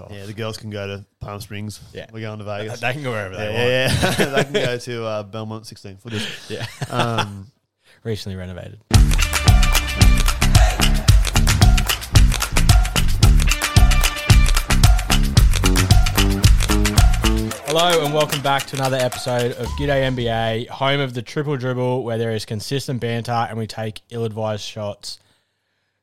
off. Yeah, the girls can go to Palm Springs. Yeah. We're going to Vegas. They can go wherever yeah, they want. yeah, yeah. they can go to uh, Belmont 16 footers. Yeah. Um, Recently renovated. Hello and welcome back to another episode of G'day NBA, home of the triple dribble where there is consistent banter and we take ill-advised shots.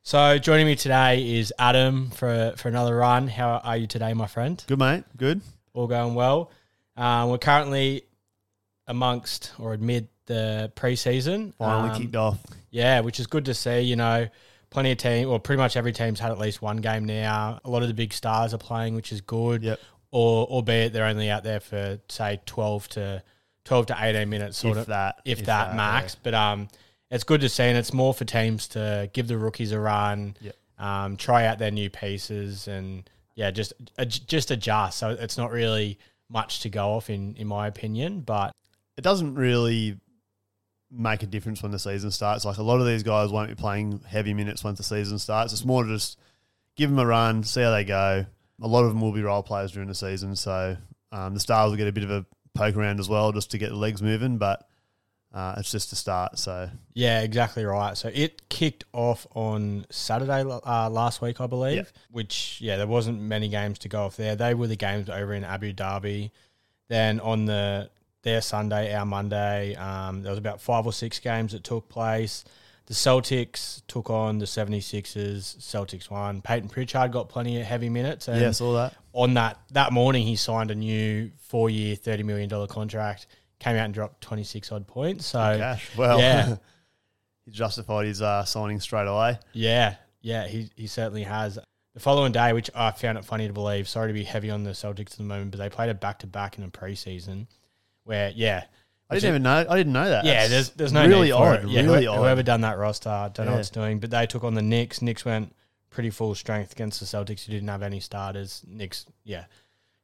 So joining me today is Adam for for another run. How are you today, my friend? good, mate. Good. all going well. Um, we're currently amongst or amid the preseason. Finally Um, kicked off. Yeah, which is good to see. You know, plenty of team, or pretty much every team's had at least one game now. A lot of the big stars are playing, which is good. Yep. Or, albeit they're only out there for say twelve to twelve to eighteen minutes, sort If of that. if, that, max. But um, it's good to see, and it's more for teams to give the rookies a run, Yep. um, try out their new pieces, and yeah, just ad- just adjust. So it's not really much to go off in in my opinion, but it doesn't really make a difference when the season starts. Like a lot of these guys won't be playing heavy minutes once the season starts. It's more to just give them a run, see how they go. A lot of them will be role players during the season, so um, the stars will get a bit of a poke around as well, just to get the legs moving. But uh, it's just a start, so Yeah, exactly right. So it kicked off on Saturday uh, last week, I believe. Yep. Which yeah, there wasn't many games to go off there. They were the games over in Abu Dhabi. Then on the their Sunday, our Monday, um, there was about five or six games that took place. The Celtics took on the 76ers. Celtics won. Peyton Pritchard got plenty of heavy minutes. And yeah, saw that. on that that morning he signed a new four year thirty million dollar contract, came out and dropped twenty six odd points. So Cash. Well, yeah. he justified his uh, signing straight away. yeah, yeah, he he certainly has. The following day, which I found it funny to believe, sorry to be heavy on the Celtics at the moment, but they played a back to back in the preseason where yeah. I which is- didn't even know. I didn't know that. yeah, That's there's there's no really need for odd. it. Yeah, really whoever, odd. whoever done that roster, I don't know Yeah. what it's doing, but they took on the Knicks. Knicks went pretty full strength against the Celtics who didn't have any starters. Knicks, yeah.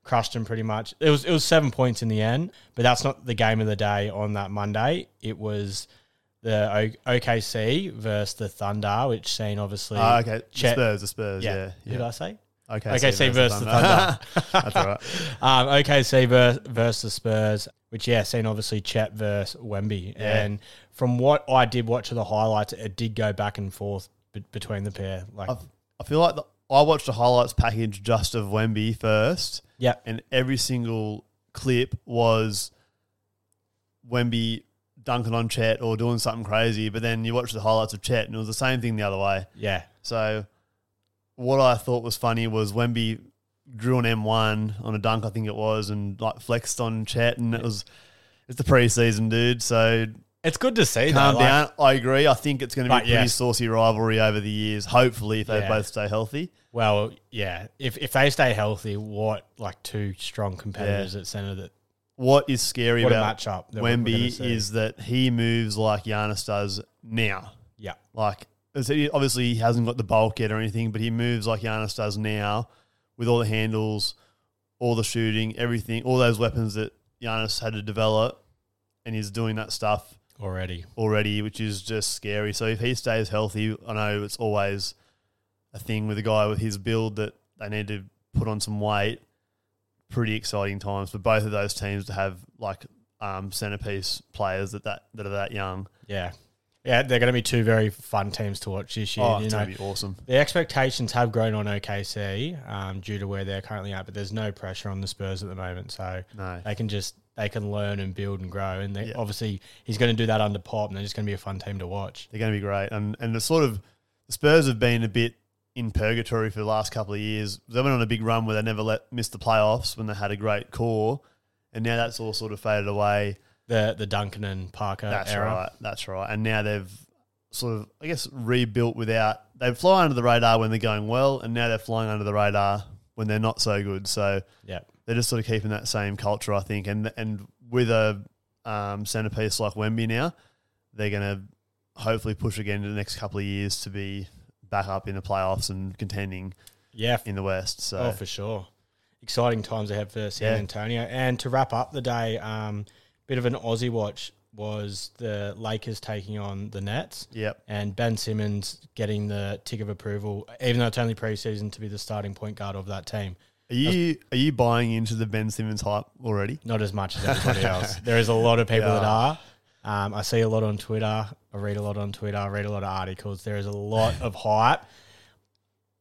Crushed them pretty much. It was it was seven points in the end, but that's not the game of the day on that Monday. It was the O- OKC versus the Thunder, which seen obviously Ah, okay, the Chet- Spurs, the Spurs. Yeah, yeah. Who did I say? Okay, OKC versus the Thunder. That's all right. Um, OKC ver- versus the Spurs, which yeah, seen obviously Chet versus Wemby, Yeah. and from what I did watch of the highlights, it did go back and forth be- between the pair. Like, I've- I feel like the, I watched the highlights package just of Wemby first, yeah, and every single clip was Wemby dunking on Chet or doing something crazy. But then you watch the highlights of Chet, and it was the same thing the other way. yeah, So what I thought was funny was Wemby drew an M1 on a dunk, I think it was, and like flexed on Chet, and it was it's the preseason, dude. So it's good to see. calm though, like- down. I agree. I think it's going to be a But, pretty yeah. saucy rivalry over the years. Hopefully, if they Yeah. both stay healthy. well, yeah, if if they stay healthy, what like two strong competitors at center that What is scary what a about matchup. That we're- we're gonna Wemby see. is that he moves like Giannis does now. yeah, Like so he- obviously he hasn't got the bulk yet or anything, but he moves like Giannis does now, with all the handles, all the shooting, everything, all those weapons that Giannis had to develop, and he's doing that stuff already. already, which is just scary. So if he stays healthy, I know it's always a thing with a guy with his build that they need to put on some weight. Pretty exciting times for both of those teams to have like um, centerpiece players that, that that are that young. Yeah, yeah, they're going to be two very fun teams to watch this year. Oh, you it's know, gonna be awesome. The expectations have grown on OKC um, due to where they're currently at, but there's no pressure on the Spurs at the moment, so No, they can just they can learn and build and grow. And they, Yeah. obviously, he's going to do that under Pop, and they're just going to be a fun team to watch. they're going to be great. And and the sort of the Spurs have been a bit in purgatory for the last couple of years. They went on a big run where they never let missed the playoffs when they had a great core, and now that's all sort of faded away. The the Duncan and Parker That's era, right. That's right. And now they've sort of, I guess, rebuilt without. They fly under the radar when they're going well, and now they're flying under the radar when they're not so good. So yeah, they're just sort of keeping that same culture, I think. And and with a um, centerpiece like Wemby now, they're going to hopefully push again in the next couple of years to be back up in the playoffs and contending yeah, in the West. So Oh, for sure. Exciting times ahead for San Yeah. Antonio. And to wrap up the day, um, bit of an Aussie watch was the Lakers taking on the Nets. Yep. And Ben Simmons getting the tick of approval, even though it's only preseason, to be the starting point guard of that team. Are you are you buying into the Ben Simmons hype already? Not as much as everybody else. There is a lot of people Yeah. that are. Um, I see a lot on Twitter. I read a lot on Twitter. I read a lot of articles. There is a lot of hype.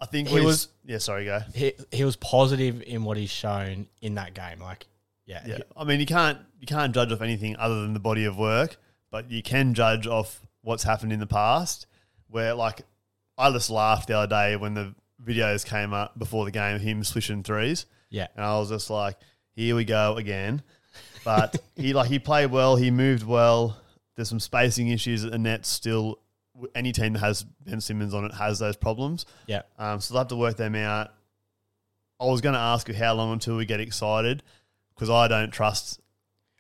I think He he was. was- Yeah, sorry, go. He, he was positive in what he's shown in that game. Like, yeah, Yeah, I mean you can't you can't judge off anything other than the body of work, but you can judge off what's happened in the past. Where like I just laughed the other day when the videos came up before the game, of him swishing threes, yeah. and I was just like, here we go again. But he like he played well, he moved well. There's some spacing issues at the net still. Any team that has Ben Simmons on it has those problems. Yeah. Um, so they'll have to work them out. I was going to ask you how long until we get excited because I don't trust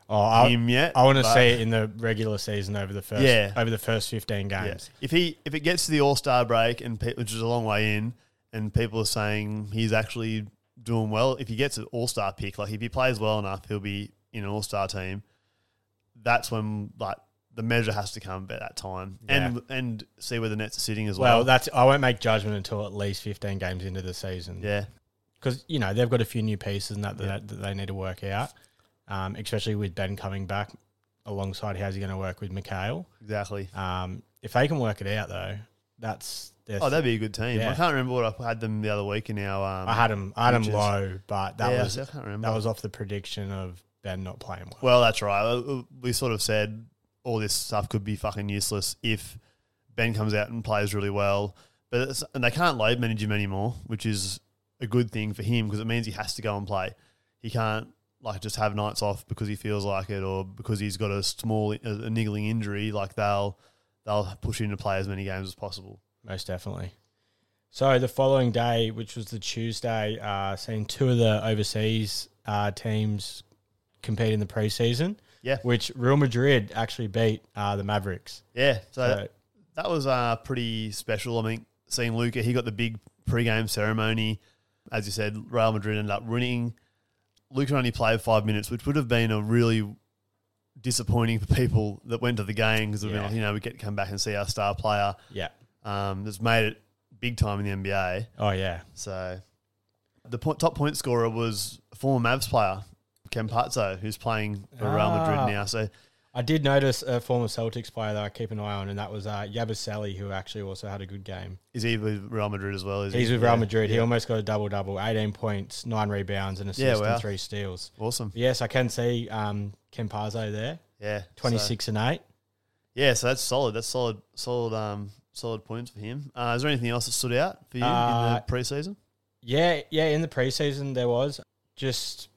Oh, I, him yet. I want to but- see it in the regular season over the first Yeah. over the first fifteen Yeah. games. If he if it gets to the All Star break and pe- which is a long way in, and people are saying he's actually doing well. If he gets an All Star pick, like if he plays well enough, he'll be in an All Star team. That's when like the measure has to come at that time, and and see where the Nets are sitting as well. Well, that's I won't make judgment until at least fifteen games into the season. yeah, because you know they've got a few new pieces and that that, that they need to work out, um, especially with Ben coming back alongside. How's he going to work with Mikhail? exactly. Um, if they can work it out though, that's their Oh, that'd be a good team. Yeah. I can't remember what I had them the other week in our. Um, I had him, I had him Futures. low, but that Yeah, was I can't remember. that was off the prediction of Ben not playing well. Well, that's right. Uh, We sort of said all this stuff could be fucking useless if Ben comes out and plays really well. But it's, and they can't load manage him anymore, which is a good thing for him because it means he has to go and play. He can't like just have nights off because he feels like it or because he's got a small a, a niggling injury. Like they'll they'll push him to play as many games as possible. Most definitely. So the following day, which was the Tuesday, uh, seeing two of the overseas uh, teams compete in the preseason. Yeah. Which Real Madrid actually beat uh, the Mavericks. Yeah, so So that was uh, pretty special. I mean, seeing Luca, he got the big pre-game ceremony. As you said, Real Madrid ended up winning. Luca only played five minutes, which would have been a really disappointing for people that went to the game because Yeah. like, you know we get to come back and see our star player yeah. um, that's made it big time in the NBA. Oh yeah. So the po- top point scorer was former Mavs player Ken Pazzo, who's playing for Real Ah. Madrid now. So I did notice a former Celtics player that I keep an eye on, and that was uh, Yabusele, who actually also had a good game. is he with Real Madrid as well? Is He's he? with Real Yeah. Madrid. He Yeah. almost got a double double, 18 points, nine rebounds, and Yeah, assists, wow. and three steals. Awesome. But yes, I can see um, Kempazo there, Yeah. so- 26 and 8. Yeah, so that's solid. That's solid, solid, um, solid points for him. Uh, is there anything else that stood out for you Uh, in the preseason? Yeah, yeah. In the preseason, there was just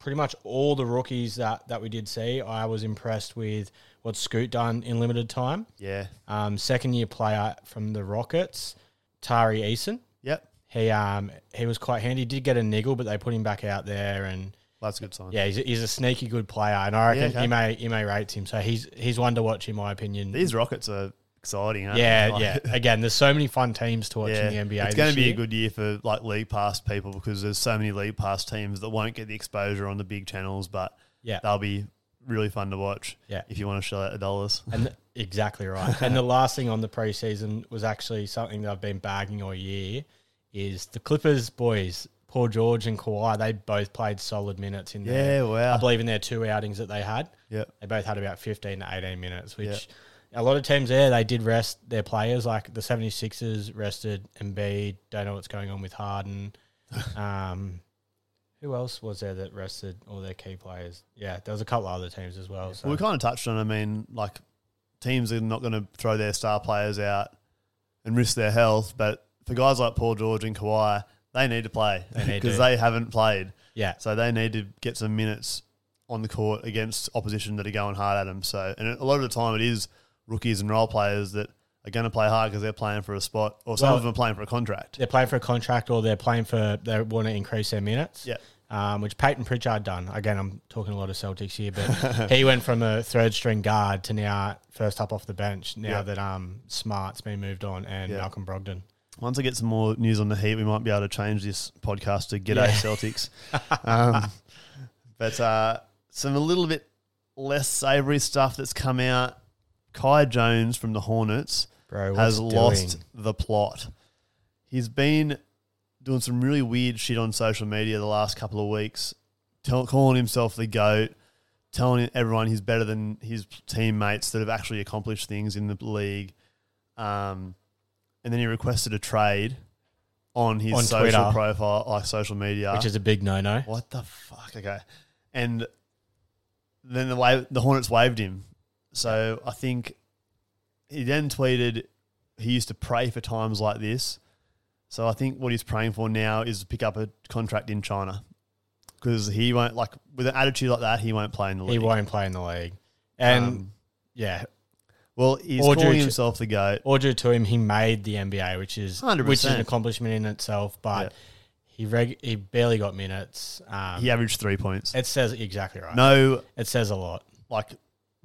pretty much all the rookies that, that we did see. I was impressed with what Scoot done in limited time. Yeah. Um, second year player from the Rockets, Tari Eason. Yep. He um he was quite handy. Did get a niggle, but they put him back out there, and Well, that's a good sign. yeah, he's, he's a sneaky good player, and I reckon Yeah, okay. he may he may rates him. So he's he's one to watch in my opinion. These Rockets are exciting, aren't yeah, they? Like, yeah. Again, there's so many fun teams to watch in the NBA. It's going this to be year. a good year for like league pass people because there's so many league pass teams that won't get the exposure on the big channels, but yeah. they'll be really fun to watch. Yeah. If you want to shell out the dollars. And th- exactly right. and the last thing on the preseason was actually something that I've been bagging all year is the Clippers boys, Paul George and Kawhi. They both played solid minutes in their, Yeah. Wow. I believe in their two outings that they had. yeah. They both had about 15 to 18 minutes, which a lot of teams there, they did rest their players. Like the 76ers rested Embiid. Don't know what's going on with Harden. Um, who else was there that rested all their key players? Yeah, there was a couple other teams as well. So. Well, we kind of touched on. I mean, like teams are not going to throw their star players out and risk their health, but for guys like Paul George and Kawhi, they need to play They need because to. they haven't played, yeah, so they need to get some minutes on the court against opposition that are going hard at them. So, and a lot of the time, it is rookies and role players that are going to play hard because they're playing for a spot, or some Well- of them are playing for a contract. they're playing for a contract or they're playing for they want to increase their minutes. Yeah. Um, which Peyton Pritchard done again. I'm talking a lot of Celtics here, but he went from a third string guard to now first up off the bench. Now Yeah. that um Smart's been moved on and Yeah. Malcolm Brogdon. Once I get some more news on the Heat, we might be able to change this podcast to G'day Yeah. Celtics. um, but uh, some a little bit less savoury stuff that's come out. Kai Jones from the Hornets Bro what's has it lost doing? the plot. He's been doing some really weird shit on social media the last couple of weeks, tell, calling himself the GOAT, telling everyone he's better than his teammates that have actually accomplished things in the league. Um, and then he requested a trade on his On social Twitter. profile, like social media. which is a big no no. What the fuck? Okay. And then the wave, the Hornets waved him. So I think he then tweeted he used to pray for times like this. So I think what he's praying for now is to pick up a contract in China because he won't like with an attitude like that he won't play in the league. He won't play in the league. And Um, yeah, well, he's Or calling Jukic. himself the goat. or due to him, he made the NBA, which is which is 100%. an accomplishment in itself. But he reg- he barely got minutes. Um, He averaged three points. it says exactly right. No, It says a lot. like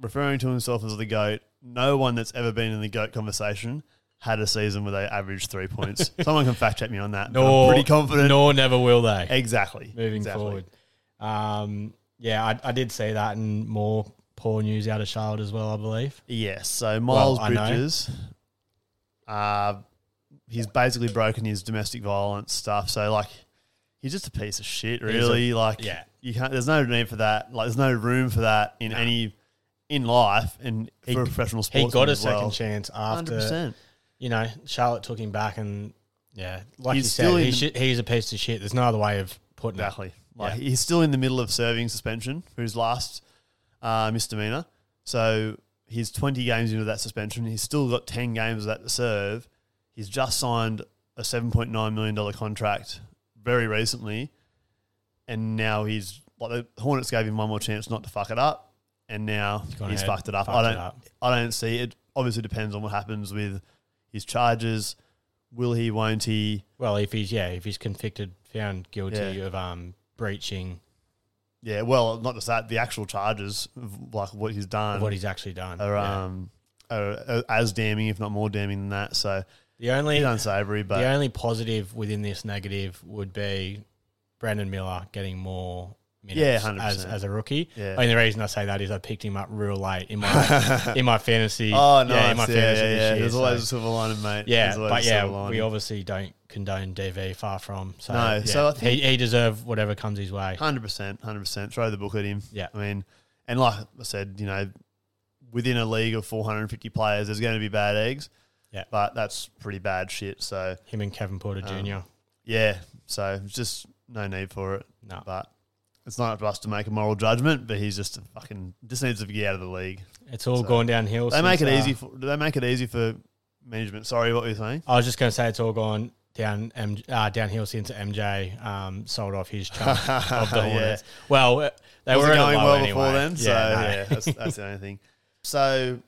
referring to himself as the goat. No one that's ever been in the goat conversation had a season where they averaged three points. Someone can fact check me on that. but Nor, I'm pretty confident. Nor never will they. Exactly. moving Exactly. forward. Um, yeah, I, I did see that and more poor news out of Charlotte as well, I believe. Yes. So Miles I know. Bridges, uh, he's basically broken his domestic violence stuff. So like, he's just a piece of shit. a- Really. like, yeah. You can't. There's no need for that. Like, there's no room for that in any in life and He- for professional He sports. got a second chance after, Hundred percent. you know, Charlotte took him back and, yeah, like He's you still said, in he's, the- shi- he's a piece of shit. There's no other way of putting it. Exactly. Like Yeah. he's still in the middle of serving suspension for his last uh, misdemeanor. So he's 20 games into that suspension. He's still got 10 games of that to serve. He's just signed a 7.9 million dollar contract very recently, and now he's like the Hornets gave him one more chance not to fuck it up, and now gone he's ahead, fucked it up. I fucked it don't. up. I don't see it. Obviously, depends on what happens with his charges. Will he? Won't he? Well, if he's, yeah, if he's convicted, found guilty Yeah. of um, breaching Yeah, well, not just that. The actual charges, of, like what he's done, what he's actually done. are, Yeah. um, are, are as damning, if not more damning than that. So the only it's unsavoury, but the only positive within this negative would be Brandon Miller getting more Yeah, minutes 100%. as, as a rookie. Yeah. I mean, the reason I say that is I picked him up real late in my in my fantasy. oh no, yeah, in my yeah, fantasy yeah, this yeah. year, There's so- always a silver lining, mate. yeah, There's always but a yeah, silver lining. we obviously don't condone DV far from. So, No, yeah, so I think- he he deserved whatever comes his way. Hundred percent, hundred percent. Throw the book at him. Yeah. I mean, and like I said, you know, within a league of 450 players, there's going to be bad eggs. Yeah. but that's pretty bad shit. So Him and Kevin Porter Um, Jr. yeah, so just no need for it. No, But it's not up to us to make a moral judgment. But he's just a fucking just needs to get out of the league. it's all so- gone downhill. They make it since, uh, easy. For, do they make it easy for management? Sorry, what were you saying? I was just going to say it's all gone down M- uh, downhill since MJ um, sold off his chunk of the Yeah. Hornets. Well, uh, they Wasn't were going well before anyway. then. so no. yeah, that's, that's the only thing. So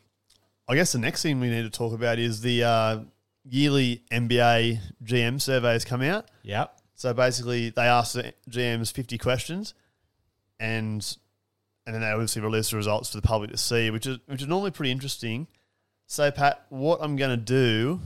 I guess the next thing we need to talk about is the uh, yearly NBA GM surveys come out. Yep. So basically, they asked the GMs 50 questions, and and then they obviously release the results for the public to see, which is which is normally pretty interesting. So Pat, what I'm going to do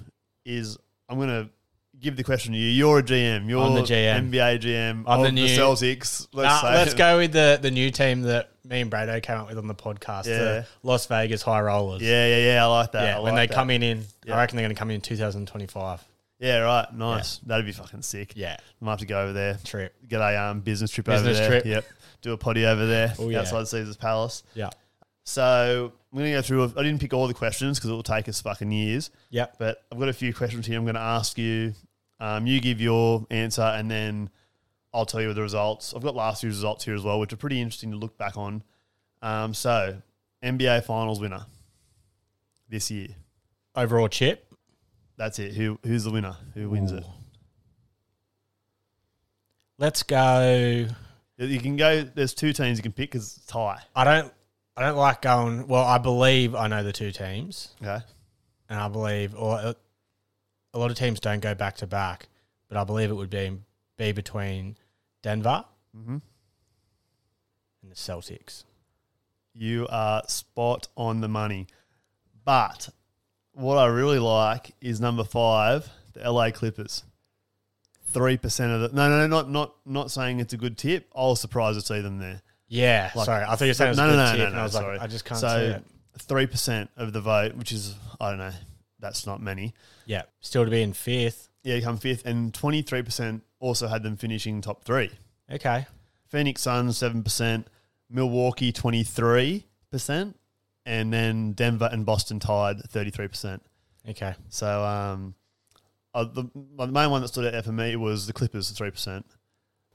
is I'm going to give the question to you. You're a GM. You're I'm the GM. NBA GM I'm of the the, new- Celtics. Nah, Let's say let's go with the, the new team that me and Brado came up with on the podcast, Yeah. the Las Vegas High Rollers. Yeah, yeah, yeah. I like that. Yeah, I when they like that. come in, in Yeah. I reckon they're going to come in 2025. Yeah, right. Nice. That'd be fucking sick. Yeah, I might have to go over there. trip. Get a um, business trip over Business there. trip. Yep. Do a potty over there Oh, yeah. outside Caesar's Palace. Yeah, So I'm going to go through. I didn't pick all the questions because it will take us fucking years. yep. But I've got a few questions here. I'm going to ask you. Um, you give your answer, and then I'll tell you the results. I've got last year's results here as well, which are pretty interesting to look back on. Um, so NBA Finals winner this year. Overall chip. That's it. Who who's the winner? Who wins it? Let's go. You can go. There's two teams you can pick because it's tie. I don't. I don't like going. Well, I believe I know the two teams. Okay. and I believe, or uh, a lot of teams don't go back to back, but I believe it would be be between Denver Mhm. and the Celtics. You are spot on the money. But what I really like is number five, the LA Clippers. Three percent of the no, no, no, not not not saying it's a good tip. I was surprised to see them there. Yeah, Like- sorry, I thought you were saying it was no, a good no, no, tip, no, and no, I was sorry. like, I just can't see So it. three percent of the vote, which is I don't know, that's not many. Yeah, still to be in fifth. yeah, come fifth, and twenty three percent also had them finishing top three. Okay. Phoenix Suns seven percent, Milwaukee twenty three percent, and then Denver and Boston tied thirty three percent. Okay. So um, uh, the, the main one that stood out there for me was the Clippers, three percent.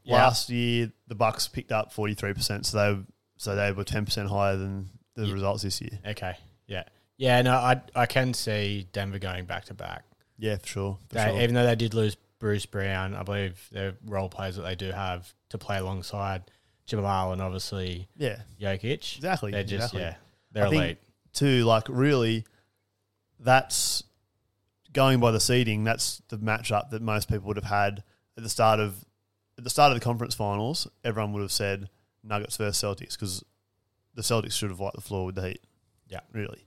Yeah. Last year, the Bucks picked up forty three percent, so they so they were ten percent higher than the Yeah. results this year. Okay. Yeah. Yeah. No, I I can see Denver going back to back. Yeah, for sure. For They, sure. Even though they did lose Bruce Brown, I believe their role players that they do have to play alongside Jamal and obviously yeah, Jokic. exactly. They're just exactly. yeah, they're I think- elite. Too like really, that's going by the seeding. That's the matchup that most people would have had at the start of at the start of the conference finals. Everyone would have said Nuggets versus Celtics because the Celtics should have wiped the floor with the Heat. Yeah. really.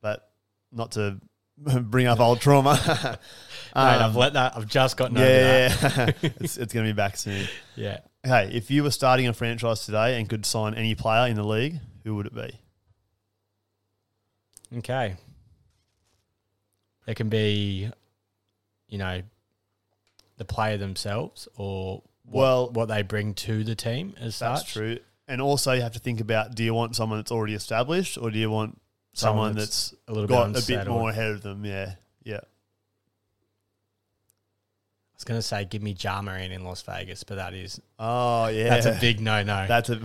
But not to bring up old trauma. Mate, I've Um, let that. I've just gotten over that. yeah, yeah, yeah. it's, it's going to be back soon. Yeah. Hey, if you were starting a franchise today and could sign any player in the league, who would it be? Okay. It can be, you know, the player themselves or what, Well- what they bring to the team as That's such. true. And also, you have to think about: do you want someone that's already established, or do you want someone, Someone that's that's, A little got bit a bit unsettled. more ahead of them? Yeah, yeah. I was going to say, give me Ja Morant in Las Vegas, but that is Oh, yeah. that's a big no no. That's a.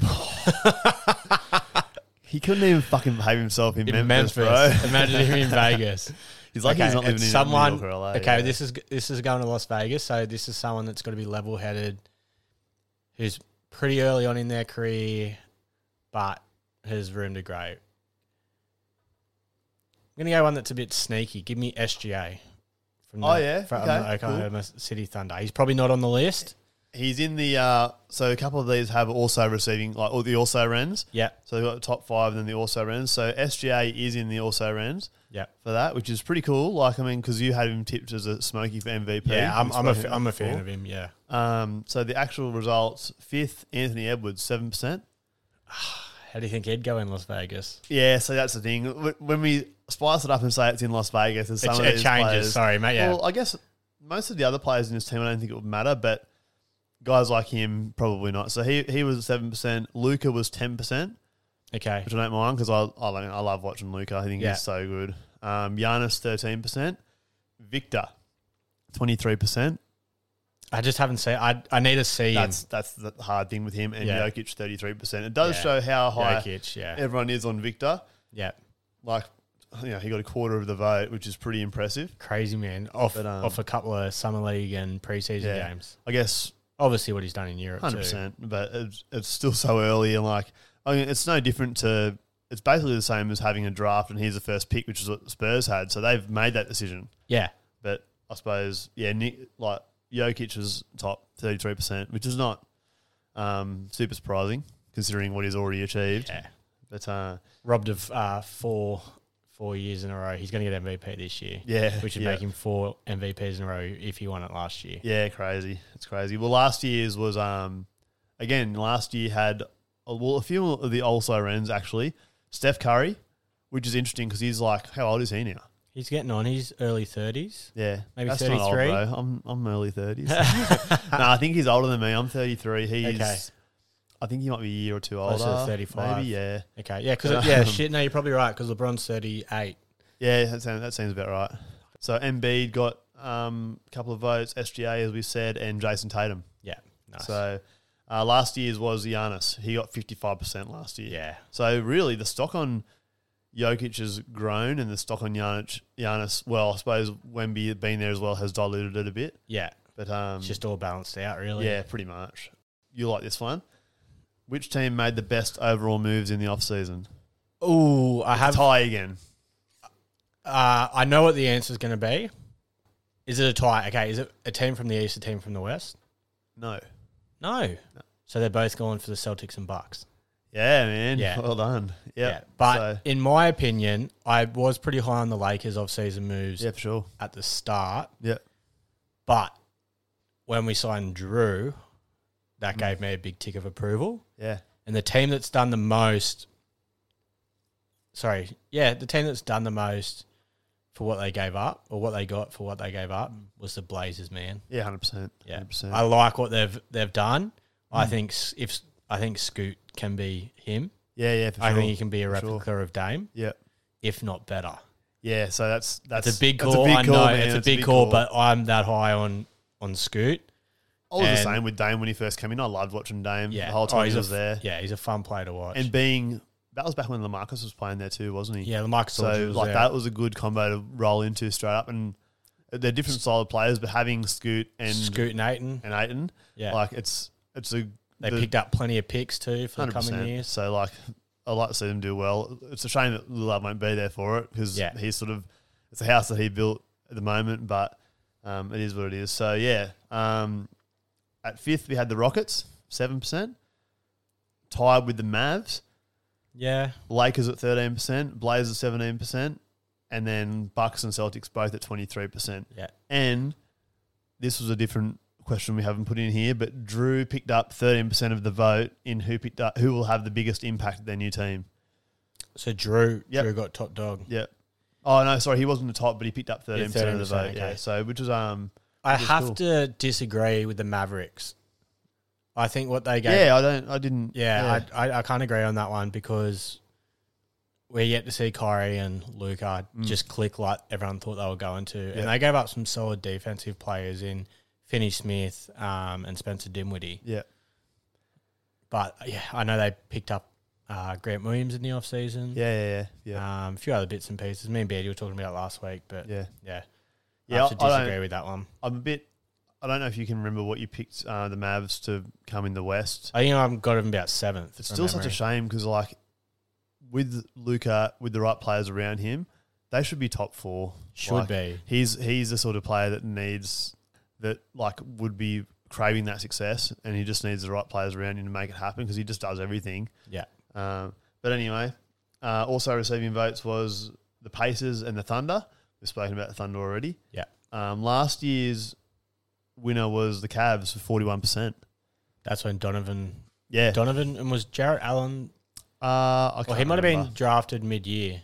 he couldn't even fucking behave himself in, In Memphis, Memphis, bro. imagine him in Vegas. He's like he's Okay, not living it's in someone- New York or LA. okay, Oh, yeah. this is this is going to Las Vegas, so this is someone that's got to be level headed, who's pretty early on in their career, but has room to grow. I'm gonna go one that's a bit sneaky. Give me SGA. From Oh, yeah? from Okay, the Oklahoma City Thunder. He's probably not on the list. He's in the uh, so a couple of these have also receiving like all the also rens. Yeah, So they've got the top five and then the also rens. So SGA is in the also rens yeah, for that, which is pretty cool. Like I mean, because you had him tipped as a smoky for MVP. yeah. I'm, We've I'm a spoken f- I'm a about fan of him. Yeah, before. Um, so the actual results: fifth, Anthony Edwards, seven percent. how do you think he'd go in Las Vegas? Yeah, so that's the thing. Wh- When we spice it up and say it's in Las Vegas, there's It, some ch- of it these changes. players- Sorry, mate. Yeah, Well, I guess most of the other players in this team, I don't think it would matter, but guys like him, probably not. So he, he was 7%. Luca was 10%, okay. which I don't mind because I, I, like- I love watching Luca. I think Yeah. he's so good. Um, Giannis, 13%. Victor, 23%. I just haven't seen. I I need to see him. That's that's the hard thing with him. And Yeah. Jokic, 33%. It does Yeah. show how high Jokic, yeah. everyone is on Victor. Yeah. Like, you know, he got a quarter of the vote, which is pretty impressive. Crazy man. Off But, um, off a couple of summer league and preseason Yeah. games. I guess Obviously what he's done in Europe Hundred too. percent, but it's, it's still so early, and like, I mean, it's no different to. It's basically the same as having a draft, and here's the first pick, which is what the Spurs had. So they've made that decision. Yeah. But I suppose, yeah, Nick, like Jokic was top thirty three percent, which is not um, super surprising considering what he's already achieved. Yeah. But uh, Robbed of uh, four four years in a row. He's gonna get MVP this year. yeah, Which would yeah. make him four MVPs in a row if he won it last year. Yeah, crazy. It's crazy. Well, last year's was um again last year had uh, well a few of the also rens actually. Steph Curry, which is interesting because he's like how old is he now? He's getting on, he's early thirties. Yeah, Maybe that's not old, 33? bro. I'm I'm early thirties. no, I think he's older than me. I'm 33. He's Okay. I think he might be a year or two older. Closer to 35. Maybe yeah. Okay. Yeah, because um, yeah, shit, no, you're probably right, because LeBron's thirty eight. Yeah, that sounds, that seems about right. So Embiid got um, a couple of votes, SGA as we said, and Jason Tatum. Yeah. Nice. So uh, last year's was Giannis. He got 55% last year. yeah. So really, the stock on Jokic has grown, and the stock on Giannis, Giannis well, I suppose Wemby being there as well has diluted it a bit. Yeah. But um, It's just all balanced out really. yeah, pretty much. You like this one? Which team made the best overall moves in the offseason? Ooh, I have Tie again. Uh, I know what the answer is going to be. Is it a tie? Okay, is it a team from the east, a team from the west? No. No. So they're both going for the Celtics and Bucks. Yeah, man. Yeah. Well done. Yeah. But So- in my opinion, I was pretty high on the Lakers off-season moves yeah, for sure. at the start, Yeah. but when we signed Drew, that gave me a big tick of approval. Yeah. And the team that's done the most, sorry, yeah, the team that's done the most for what they gave up or what they got for what they gave up was the Blazers, man. Yeah, hundred percent. Yeah, percent. Hmm. I like what they've they've done. I think s- if s- I think Scoot can be him, Yeah, yeah. For I sure. think he can be a For sure. replica of Dame, Yeah, if not better. yeah. So that's that's It's a big that's call. I know man. it's a big call, but I'm that high on on Scoot. I was the and- same with Dame when he first came in. I loved watching Dame Yeah, the whole Oh, time he's he a was f- there, Yeah, he's a fun player to watch. and being that was back when Lamarcus was playing there too, wasn't he? yeah, the Marcus So like that was a good combo to roll into straight up, and they're different style of players, but having Scoot and Scoot and Aiton. and Aiton, Yeah, like it's it's a they the- picked up plenty of picks too for the 100%. coming years. So like I like to see them do well. It's a shame that Lillard won't be there for it because Yeah. he's sort of it's a house that he built at the moment, but um, it is what it is. So yeah, um, at fifth we had the Rockets seven percent, tied with the Mavs. Yeah, Lakers at thirteen percent, Blazers seventeen percent, and then Bucks and Celtics both at twenty three percent. Yeah. And this was a different question we haven't put in here, but Drew picked up thirteen percent of the vote in who picked up who will have the biggest impact at their new team. so Drew Yep. Drew got top dog. Yep. Oh no, sorry, he wasn't the top, but he picked up Yeah, thirteen percent of the 13%, vote. Yeah. okay. So which was um I Which is have cool. to disagree with the Mavericks. I think what they gave yeah, I don't I didn't Yeah, I, I I can't agree on that one because we're yet to see Kyrie and Luca just click like everyone thought they were going to, Mm. Yeah. and they gave up some solid defensive players in Finney Smith um, and Spencer Dinwiddie. yeah. But yeah, I know they picked up uh, Grant Williams in the offseason. Yeah, yeah, yeah. Yeah. Um, a few other bits and pieces. Me and Beardy were talking about it last week, but yeah, yeah. I Yeah, have to I- I don't- disagree with that one. I'm a bit I don't know if you can remember what you picked uh, the Mavs to come in the West. I think I've got him about seventh. It's from still such a memory. shame because, like, with Luca, with the right players around him, they should be top four. should Like, be. He's he's the sort of player that needs that, like, would be craving that success, and he just needs the right players around him to make it happen because he just does everything. Yeah. Um, but anyway, uh, also receiving votes was the Pacers and the Thunder. We've spoken about the Thunder already. Yeah. Um, last year's winner was the Cavs for forty one percent. That's when Donovan, Yeah. Donovan, and was Jarrett Allen Uh, I Well, can't he might have remember. been drafted mid-year.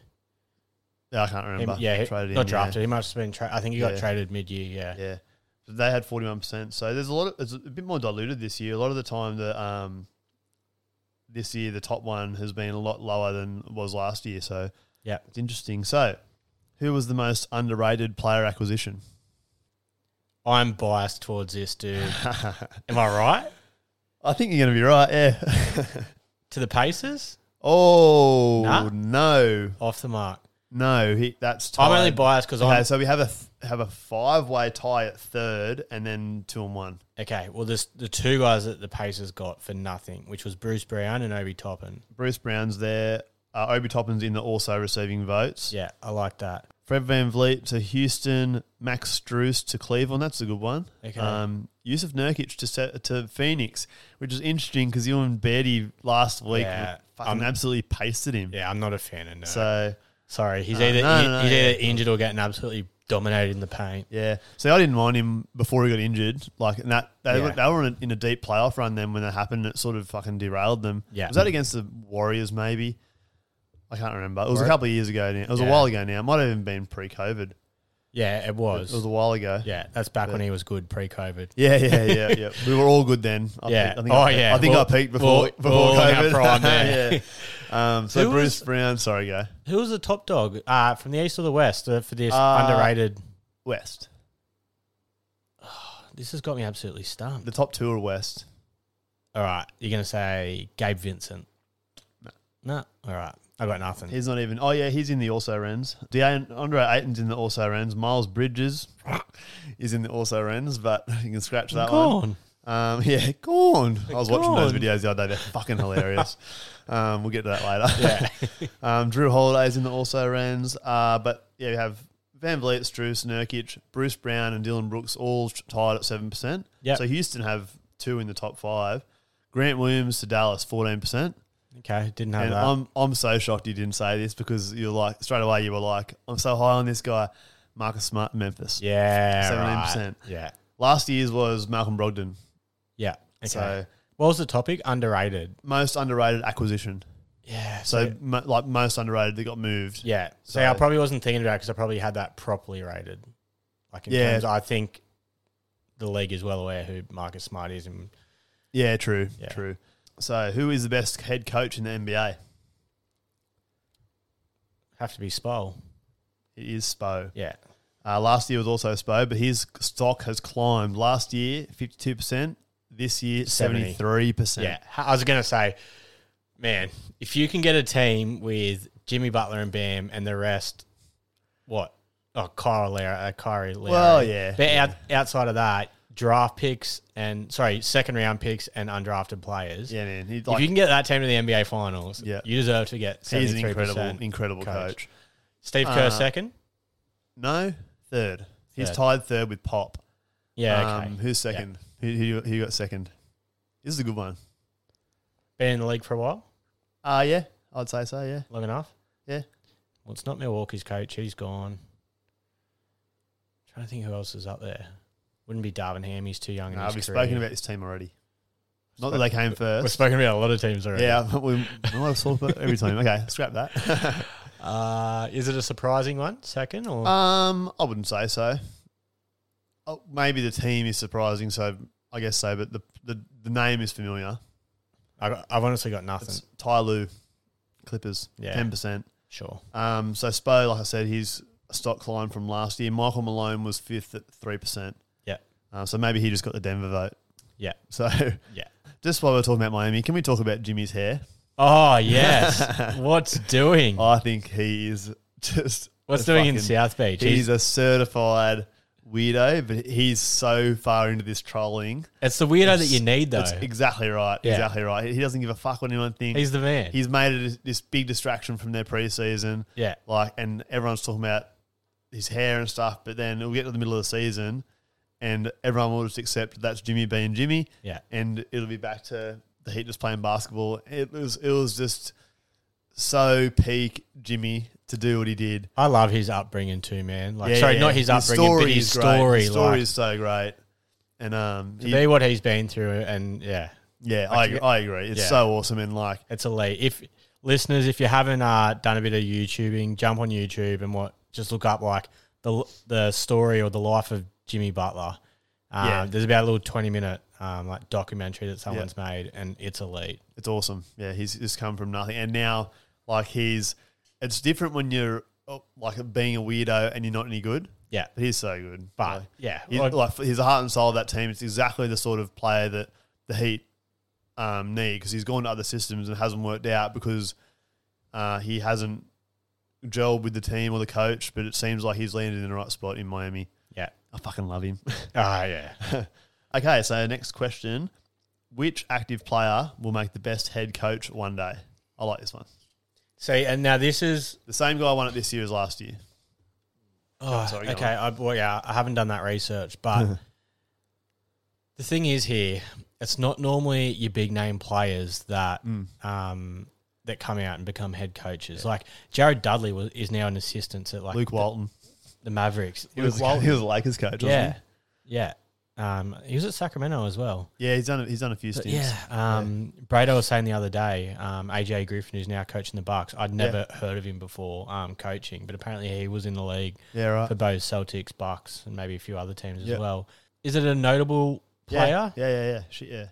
Yeah, I can't He- remember. yeah, he- Traded in, not yeah. drafted. He must have been. Tra- I think he got Yeah. traded mid-year. Yeah. Yeah. So they had 41%. So there's a lot of, it's a bit more diluted this year. A lot of the time, the, um, this year, the top one has been a lot lower than it was last year. So Yeah. it's interesting. So who was the most underrated player acquisition? I'm biased towards this dude. I Am I right? think you're going to be right. Yeah. To the Pacers, oh, Nah. no. off the mark. No. He, that's tied. I'm only biased because Okay, I'm so we have a th- have a five way tie at third, and then two and one. okay. Well, this the two guys that the Pacers got for nothing, which was Bruce Brown and Obi Toppin. Bruce Brown's there. Uh, Obi Toppin's in the also receiving votes. Yeah, I like that. Fred Van Vliet to Houston. Max Struess to Cleveland. That's a good one. Okay. Um, Yusuf Nurkic to set, to Phoenix, which is interesting because you and Beatty last week Yeah, fucking I'm- absolutely pasted him. Yeah, I'm not a fan of no. So Sorry, he's Uh, either no, he- no, he's yeah. either injured or getting absolutely dominated in the paint. yeah, so I didn't mind him before he got injured. Like and that they, were, Yeah. they were in a, in a deep playoff run then when that happened. It sort of fucking derailed them. Yeah. was that against the Warriors? Maybe I can't remember. It was a Warri- couple of years ago. Now. It was Yeah. a while ago now. It might have even been pre-COVID. Yeah, it It was. was a while ago. yeah, that's back when he was good pre-COVID. Yeah, yeah, yeah, yeah. We were all good then. I Yeah. peaked- I think Oh, I, peaked- yeah. I think Well- I peaked before well- before well, in our COVID. prime there. yeah. Um, so Who Bruce was- Brown, sorry, go Who was the top dog uh, from the east or the west uh, for this Uh, underrated? West. This has got me absolutely stumped. The top two are West. All right, you're gonna say Gabe Vincent? No. No. All right, I got nothing. He's not even. Oh yeah, he's in the also rens. Andre Ayton's in the also rens. Miles Bridges is in the also rens, but you can scratch that one. Gone. Um, yeah, gone. I was watching those Gone. videos the other day. They're fucking hilarious. um, we'll get to that later. Yeah. um, Drew Holiday's in the also Rens. Uh, but yeah, you have Van Vliet, Struess, Nurkic, Bruce Brown, and Dylan Brooks all t- tied at 7%. Yep. So Houston have two in the top five. Grant Williams to Dallas, 14%. Okay, didn't have And that. I'm, I'm so shocked you didn't say this because you're like, straight away, you were like, I'm so high on this guy. Marcus Smart, Memphis. yeah, 17%. right. Yeah, Last year's was Malcolm Brogdon. yeah. Okay. So what was the topic? Underrated. most underrated acquisition. Yeah. So mo- like most underrated, they got moved. yeah. So, so- I probably wasn't thinking about it because I probably had that properly rated. Like in Yeah. terms, I think the league is well aware who Marcus Smart is, and Yeah, true, Yeah. true. So who is the best head coach in the NBA? have to be Spole. It is Spo. Yeah. Uh, last year was also Spo, but his stock has climbed. Last year, fifty-two percent. This year, Seventy. seventy-three percent. Yeah. I was going to say, man, if you can get a team with Jimmy Butler and Bam and the rest, what? Oh, Kyle Lowry, uh, Kyrie Lowry. Well, yeah, But Out, outside of that, draft picks and, sorry, second round picks and undrafted players. yeah, man. He, if like, you can get that team to the NBA Finals, Yeah. you deserve to get 73%. he's an incredible, incredible coach. coach. Steve Kerr Uh, second? No, third. He's Third. tied third with Pop. Yeah, okay. Um, who's second? Who, who, who got second? This is a good one. Been in the league for a while, Uh, yeah, I'd say so. Yeah, long enough. Yeah. Well, it's not Milwaukee's coach. He's gone. trying to think who else is up there. Wouldn't be Darvin Ham. He's too young. In Nah, his we've career. spoken about this team already. Not that they came We've first. spoken about a lot of teams already. Yeah, we, we might have talked about it every time. Okay, scrap that. Uh, is it a surprising one? Second or um, I wouldn't say so. Oh, maybe the team is surprising, so I guess so. But the the, the name is familiar. I got, I've honestly got nothing. It's Ty Lue, Clippers, ten Yeah. percent. sure. Um, so Spo, like I said, his stock climbed from last year. Michael Malone was fifth at three percent. Yeah. Uh, so maybe he just got the Denver vote. Yeah. So Yeah. just while we're talking about Miami, can we talk about Jimmy's hair? Oh yes. What's doing? I think he is just What's a doing in Oh, fucking- South Beach? He's a certified weirdo, but he's so far into this trolling. it's the weirdo that you need though. That's exactly right. Yeah. Exactly right. He doesn't give a fuck what anyone thinks. he's the man. he's made it this big distraction from their preseason. yeah. like, and everyone's talking about his hair and stuff. But then we'll get to the middle of the season, and everyone will just accept that's Jimmy being Jimmy, Yeah. and it'll be back to the Heat just playing basketball. It was it was just so peak Jimmy to do what he did. I love his upbringing too, man. Like, Yeah, sorry, yeah. not his upbringing, but his is great. story. His story like, is so great, and um, to he- be what he's been through, and yeah, yeah, I I, can- I agree. It's yeah. so awesome, and like. it's elite. If listeners, if you haven't uh, done a bit of YouTubing, jump on YouTube and what just look up like the the story or the life of Jimmy Butler. Um, Yeah. There's about a little twenty minute um, like documentary that someone's made, and it's elite. It's awesome. Yeah, he's just come from nothing, and now like he's. It's different when you're oh, like being a weirdo and you're not any good. Yeah, But he's so good. but Like, yeah, he's, like- like he's the heart and soul of that team. It's exactly the sort of player that the Heat um, need because he's gone to other systems and hasn't worked out because uh, he hasn't gelled with the team or the coach. But it seems like he's landed in the right spot in Miami. yeah, I fucking love him. ah, yeah. okay, so next question: Which active player will make the best head coach one day? I like this one. See, and now this is The same guy won it this year as last year. Oh, sorry, go okay. I, well, yeah, I haven't done that research, but the thing is here, it's not normally your big name players that Mm. um, that come out and become head coaches. Like Jared Dudley was, is now an assistant at like Luke Walton. the Mavericks. He Luke was, Walton. he was a Lakers coach. Wasn't yeah, He? yeah. Um, he was at Sacramento as well. Yeah, he's done. a- He's done a few But stints. yeah, um, Brado was saying the other day, um, AJ Griffin, who's now coaching the Bucks. I'd never heard of him before um, coaching, but apparently he was in the league Yeah, right. for both Celtics, Bucks, and maybe a few other teams as Uh, Yeah. well. Is it a notable player? Yeah, yeah, yeah. Shit, yeah.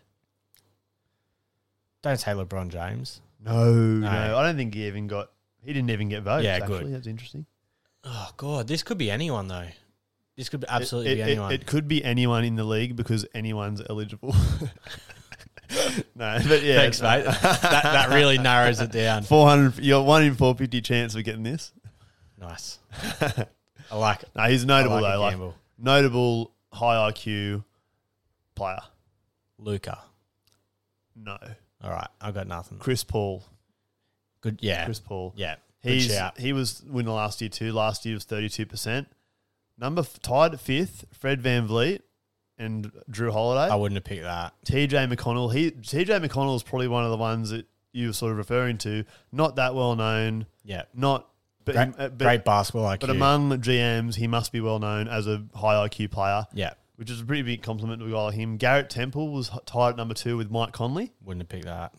Don't say LeBron James. No, no, I don't think he even got. He didn't even get votes. Yeah, actually. good. That's interesting. Oh god, this could be anyone though. This could absolutely it, be it- anyone. It, could be anyone in the league because anyone's eligible. no, but yeah, Thanks, mate. that, that really narrows it down. Four hundred. You're one in four fifty chance of getting this. Nice. I like it. No, he's I notable like a though. Like gamble. notable high IQ player. Luca. No, All right, I've got nothing. Chris Paul. Good. Yeah. Chris Paul. Yeah. Good He's shout. he was winner last year too. Last year was thirty two percent. Number f- tied at fifth, Fred Van Vliet and Drew Holiday. I wouldn't have picked that. TJ McConnell. He TJ McConnell is probably one of the ones that you were sort of referring to. Not that well known. Yeah. Not but Great, uh, but, great basketball IQ. but among GMs, he must be well known as a high IQ player, yeah. which is a pretty big compliment to a guy like him. Garrett Temple was h- tied at number two with Mike Conley. Wouldn't have picked that.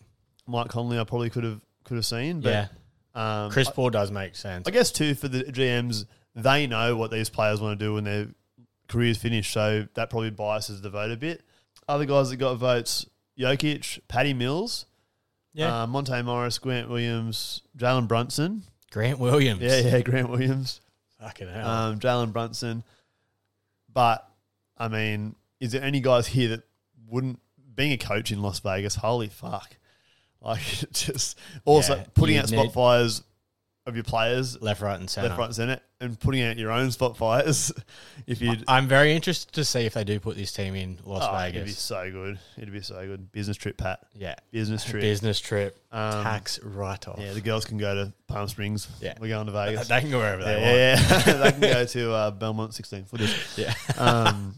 Mike Conley, I probably could have could have seen. yeah, But um, Chris I, Paul does make sense. I guess too for the GMs, they know what these players want to do when their career's finished, so that probably biases the vote a bit. Other guys that got votes: Jokic, Patty Mills, yeah, uh, Monte Morris, Grant Williams, Jalen Brunson. Grant Williams. Yeah, yeah, Grant Williams, fucking hell. um, Jalen Brunson. But I mean, is there any guys here that wouldn't being a coach in Las Vegas? Holy fuck! Like just also Yeah, putting you'd out spot need- fires of your players, left, right, and center. left, right, and centre, and putting out your own spot fires. If you, I'm very interested to see if they do put this team in Las Oh, it'd be Vegas. so good. It'd be so good. Business trip, Pat. Yeah, Business trip. business trip, Um, tax write off. Yeah, the girls can go to Palm Springs. Yeah. we're going to Vegas. they can go wherever yeah, they want. yeah, yeah. they can go to uh, Belmont 16 footers. Yeah. Um,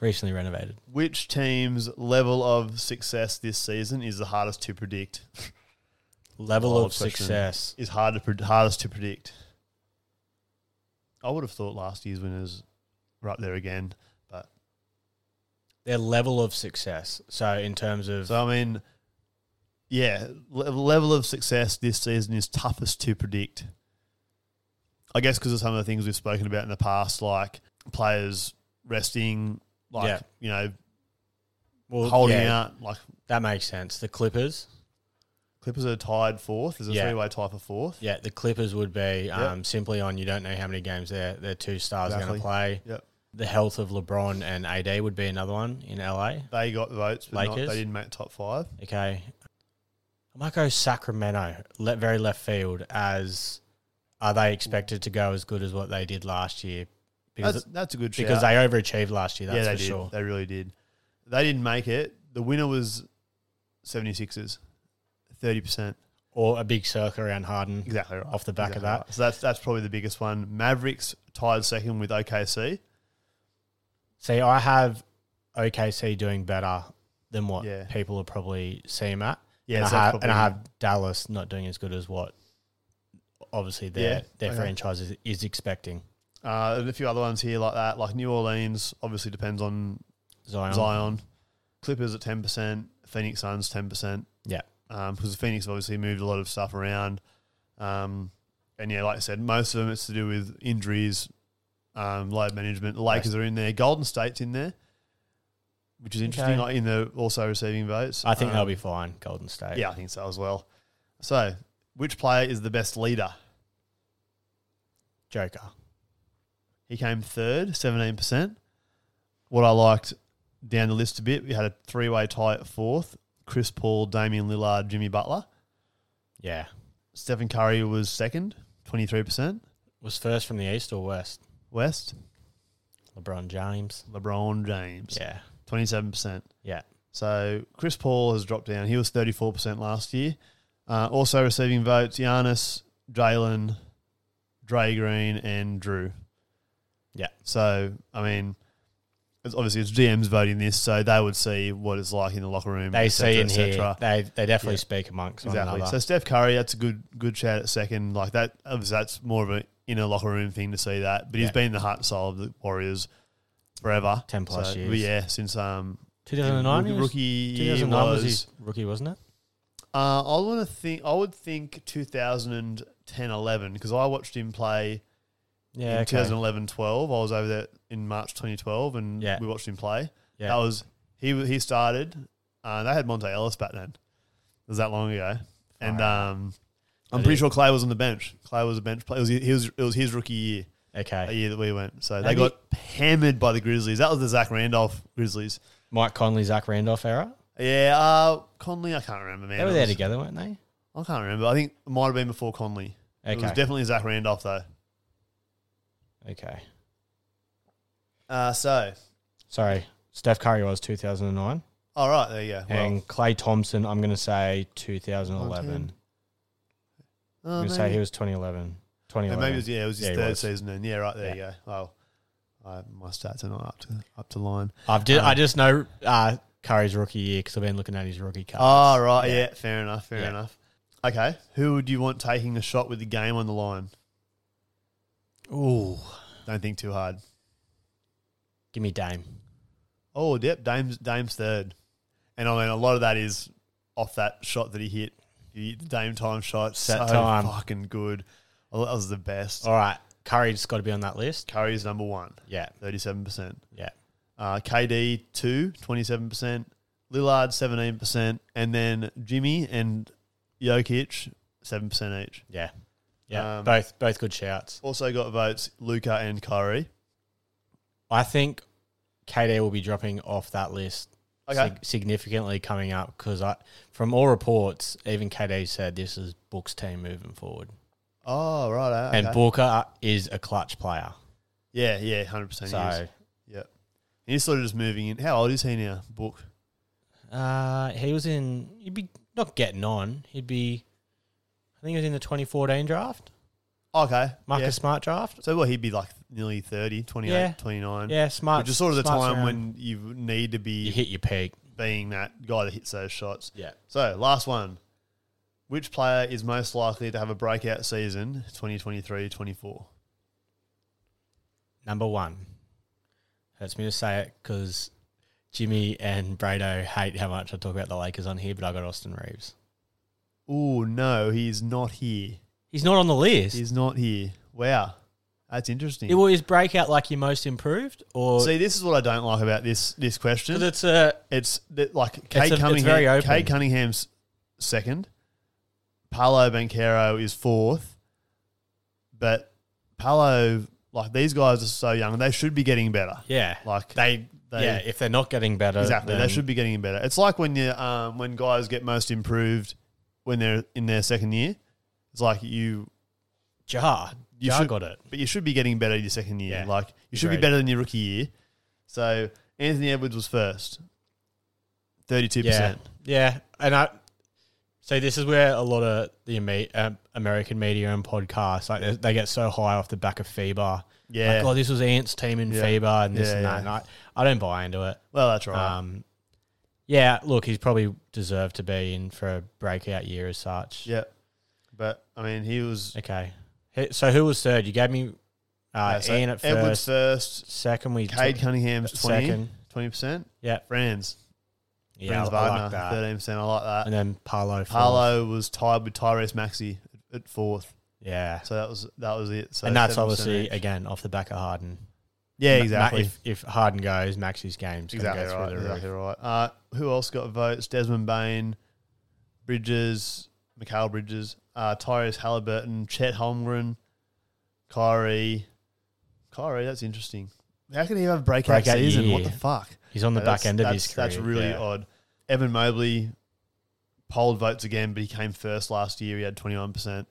Recently renovated. Which team's level of success this season is the hardest to predict? Level Wild of question. success. Is hard to pred- hardest to predict. I would have thought last year's winners were up there again, but Their level of success. So in terms of so I mean, yeah, le- level of success this season is toughest to predict. I guess because of some of the things we've spoken about in the past, like players resting, like Yeah. you know, well, holding yeah, out. Like That makes sense. The Clippers. Clippers are tied fourth. There's a Yeah. three-way tie for fourth. Yeah, the Clippers would be um, simply on. You don't know how many games their their two stars are going Exactly. to play. Yep. The health of LeBron and AD would be another one in LA. They got the votes, but not, Lakers? they didn't make top five. Okay. I might go Sacramento, le- very left field, as are they expected to go as good as what they did last year? Because, That's, that's a good shout. because they overachieved last year, that's yeah, they for did. sure. They really did. They didn't make it. The winner was 76ers, 30%. Or a big circle around Harden. Exactly right. Off the back of Exactly that. right. So that's that's probably the biggest one. Mavericks tied second with OKC. See, I have OKC doing better than what Yeah. people are probably seeing at. Yeah, and, so I that's have, and I probably- have Dallas not doing as good as what obviously their, Yeah, their okay. franchise is, is expecting. Uh, and a few other ones here like that, like New Orleans. Obviously depends on Zion. Zion. Clippers at ten percent. Phoenix Suns ten percent. Yeah. because Phoenix obviously moved a lot of stuff around. Um, and yeah, like I said, most of them it's to do with injuries, um, load management. The Lakers are in there. Golden State's in there, which is interesting. Okay. Like in the also receiving votes. I think Um, they'll be fine, Golden State. Yeah, I think so as well. So, which player is the best leader? Joker. He came third, seventeen percent. What I liked down the list a bit, we had a three-way tie at fourth: Chris Paul, Damian Lillard, Jimmy Butler. Yeah. Stephen Curry was second, twenty-three percent. Was first from the East or West? West, LeBron James. LeBron James, Yeah. twenty-seven percent. Yeah. So Chris Paul has dropped down. He was thirty-four percent last year. Uh, also receiving votes: Giannis, Jalen, Dre Green, and Drew. Yeah. So I mean, it's obviously it's GMs voting this, so they would see what it's like in the locker room. They et cetera, see in et here. cetera. They they definitely Yeah. speak amongst one Exactly. another. So Steph Curry, that's a good good shout at second. Like that, obviously that's more of a inner locker room thing to see that. But he's Yeah. been the heart and soul of the Warriors forever, 10 plus So, years. but yeah, since um 2009 rookie, he was- rookie year 2009 was, was. his rookie, wasn't it? uh, I want to think. I would think 2010, 11 because I watched him play Yeah. in okay. 2011, 12. I was over there in March 2012, and Yeah. we watched him play. Yeah. That was he. w- He started. Uh, they had Monte Ellis back then. It was that long ago, and Fire. um, I I'm pretty did. sure Clay was on the bench. Clay was a bench player. It was, it was, it was his rookie year, the okay. year that we went. So they And got hammered by the Grizzlies. That was the Zach Randolph Grizzlies. Mike Conley, Zach Randolph era. Yeah, uh, Conley. I can't remember, man. They were It there was- together, weren't they? I can't remember. I think it might have been before Conley. It was Okay. definitely Zach Randolph though. okay. Uh, so Sorry. Steph Curry was 2009. all right, there you go. Well, and Clay Thompson, I'm going to say 2011. 19. I'm oh, going to maybe, say he was 2011. yeah, 2011. maybe it was, yeah, it was his Yeah, he third was. season. Then yeah, right there you go. Well, I, my stats are not up to up to line. I've ju- Um, I just know uh, Curry's rookie year because I've been looking at his rookie card. Oh, right. Yeah. Yeah. fair enough. Fair Yeah. enough. Okay. Who would you want taking the shot with the game on the line? Ooh, Don't think too hard. give me Dame. Oh, yep. Dame's, Dame's third. And I mean, a lot of that is off that shot that he hit The Dame time shot, Set so time. fucking good. Oh, That was the best. All right, Curry's got to be on that list. Curry's number one, Yeah, 37%. yeah. Uh, KD, two, 27%. Lillard, 17%. And then Jimmy and Jokic, 7% each. Yeah, yeah. Um, both both good shouts. Also got votes Luca and Kyrie. I think KD will be dropping off that list Okay. sig- significantly coming up because I, from all reports, even KD said this is Book's team moving forward, Oh, right. Okay. and Booker is a clutch player. yeah, yeah, 100%. so, he is. He's sort of just moving in. How old is he now? Book. uh, he was in. He'd be not getting on. He'd be. I think he was in the 2014 draft, Okay. Marcus yeah. Smart draft. So, well, he'd be like nearly 30, 28, Yeah. 29. Yeah, Smart. Which is sort of the Smart's time around. when you need to you be hit your peak. being that guy that hits those shots. Yeah. So, last one. Which player is most likely to have a breakout season 2023 24? Number one. Hurts me to say it because Jimmy and Brado hate how much I talk about the Lakers on here, but I got Austin Reeves. Oh, no, he's not here. He's not on the list. He's not here. Wow. That's interesting. It was breakout like your most improved, or See, this is what I don't like about this this question. because it's a It's that like Kate a- it's Cunningham. very open. Kate Cunningham's second. Paolo Banquero is fourth. But Paolo, like these guys are so young, they should be getting better. yeah, Like they, they- yeah. If they're not getting better, exactly, they then- should be getting better. It's like when you um, when guys get most improved when they're in their second year. It's like you, Jar, You Jar should- got it. but you should be getting better your second year. Yeah. Like you should be Agreed. better than your rookie year. So Anthony Edwards was first, thirty-two Yeah, percent. yeah. And I so this is where a lot of the Ame- um, American media and podcasts like they, they get so high off the back of FIBA. Yeah, Like, oh, this was Ant's team in Yeah. FIBA and this Yeah, and that. yeah. And I, I don't buy into it. well that's right. Um, yeah, look, he's probably deserved to be in for a breakout year as such. Yeah. But I mean, he was Okay. He- So who was third? You gave me uh, yeah, so Ian at first. Edwards first, Second, we Cade took- Cunningham's 20 second. percent. Yeah, Friends, yeah, I, Friends I Wagner like that. thirteen percent. I like that. And then Paolo. fourth. Harlow was tied with Tyrese Maxey at, at fourth. Yeah, So that was that was it. So and that's 7% obviously each. again off the back of Harden. yeah Ma- Ma- exactly If, if Harden goes, Maxi's games exactly go through right the roof. exactly right. Uh, who else got votes? Desmond Bain, Bridges, Mikhail Bridges, uh, Tyrese Halliburton, Chet Holmgren, Kyrie. Kyrie, that's interesting. How can he have a breakout, Breakout season? What year. the fuck? He's on the No, back that's- end of that's, his career. That's really yeah. odd. Evan Mobley polled votes again, but he came first last year. He had twenty one percent.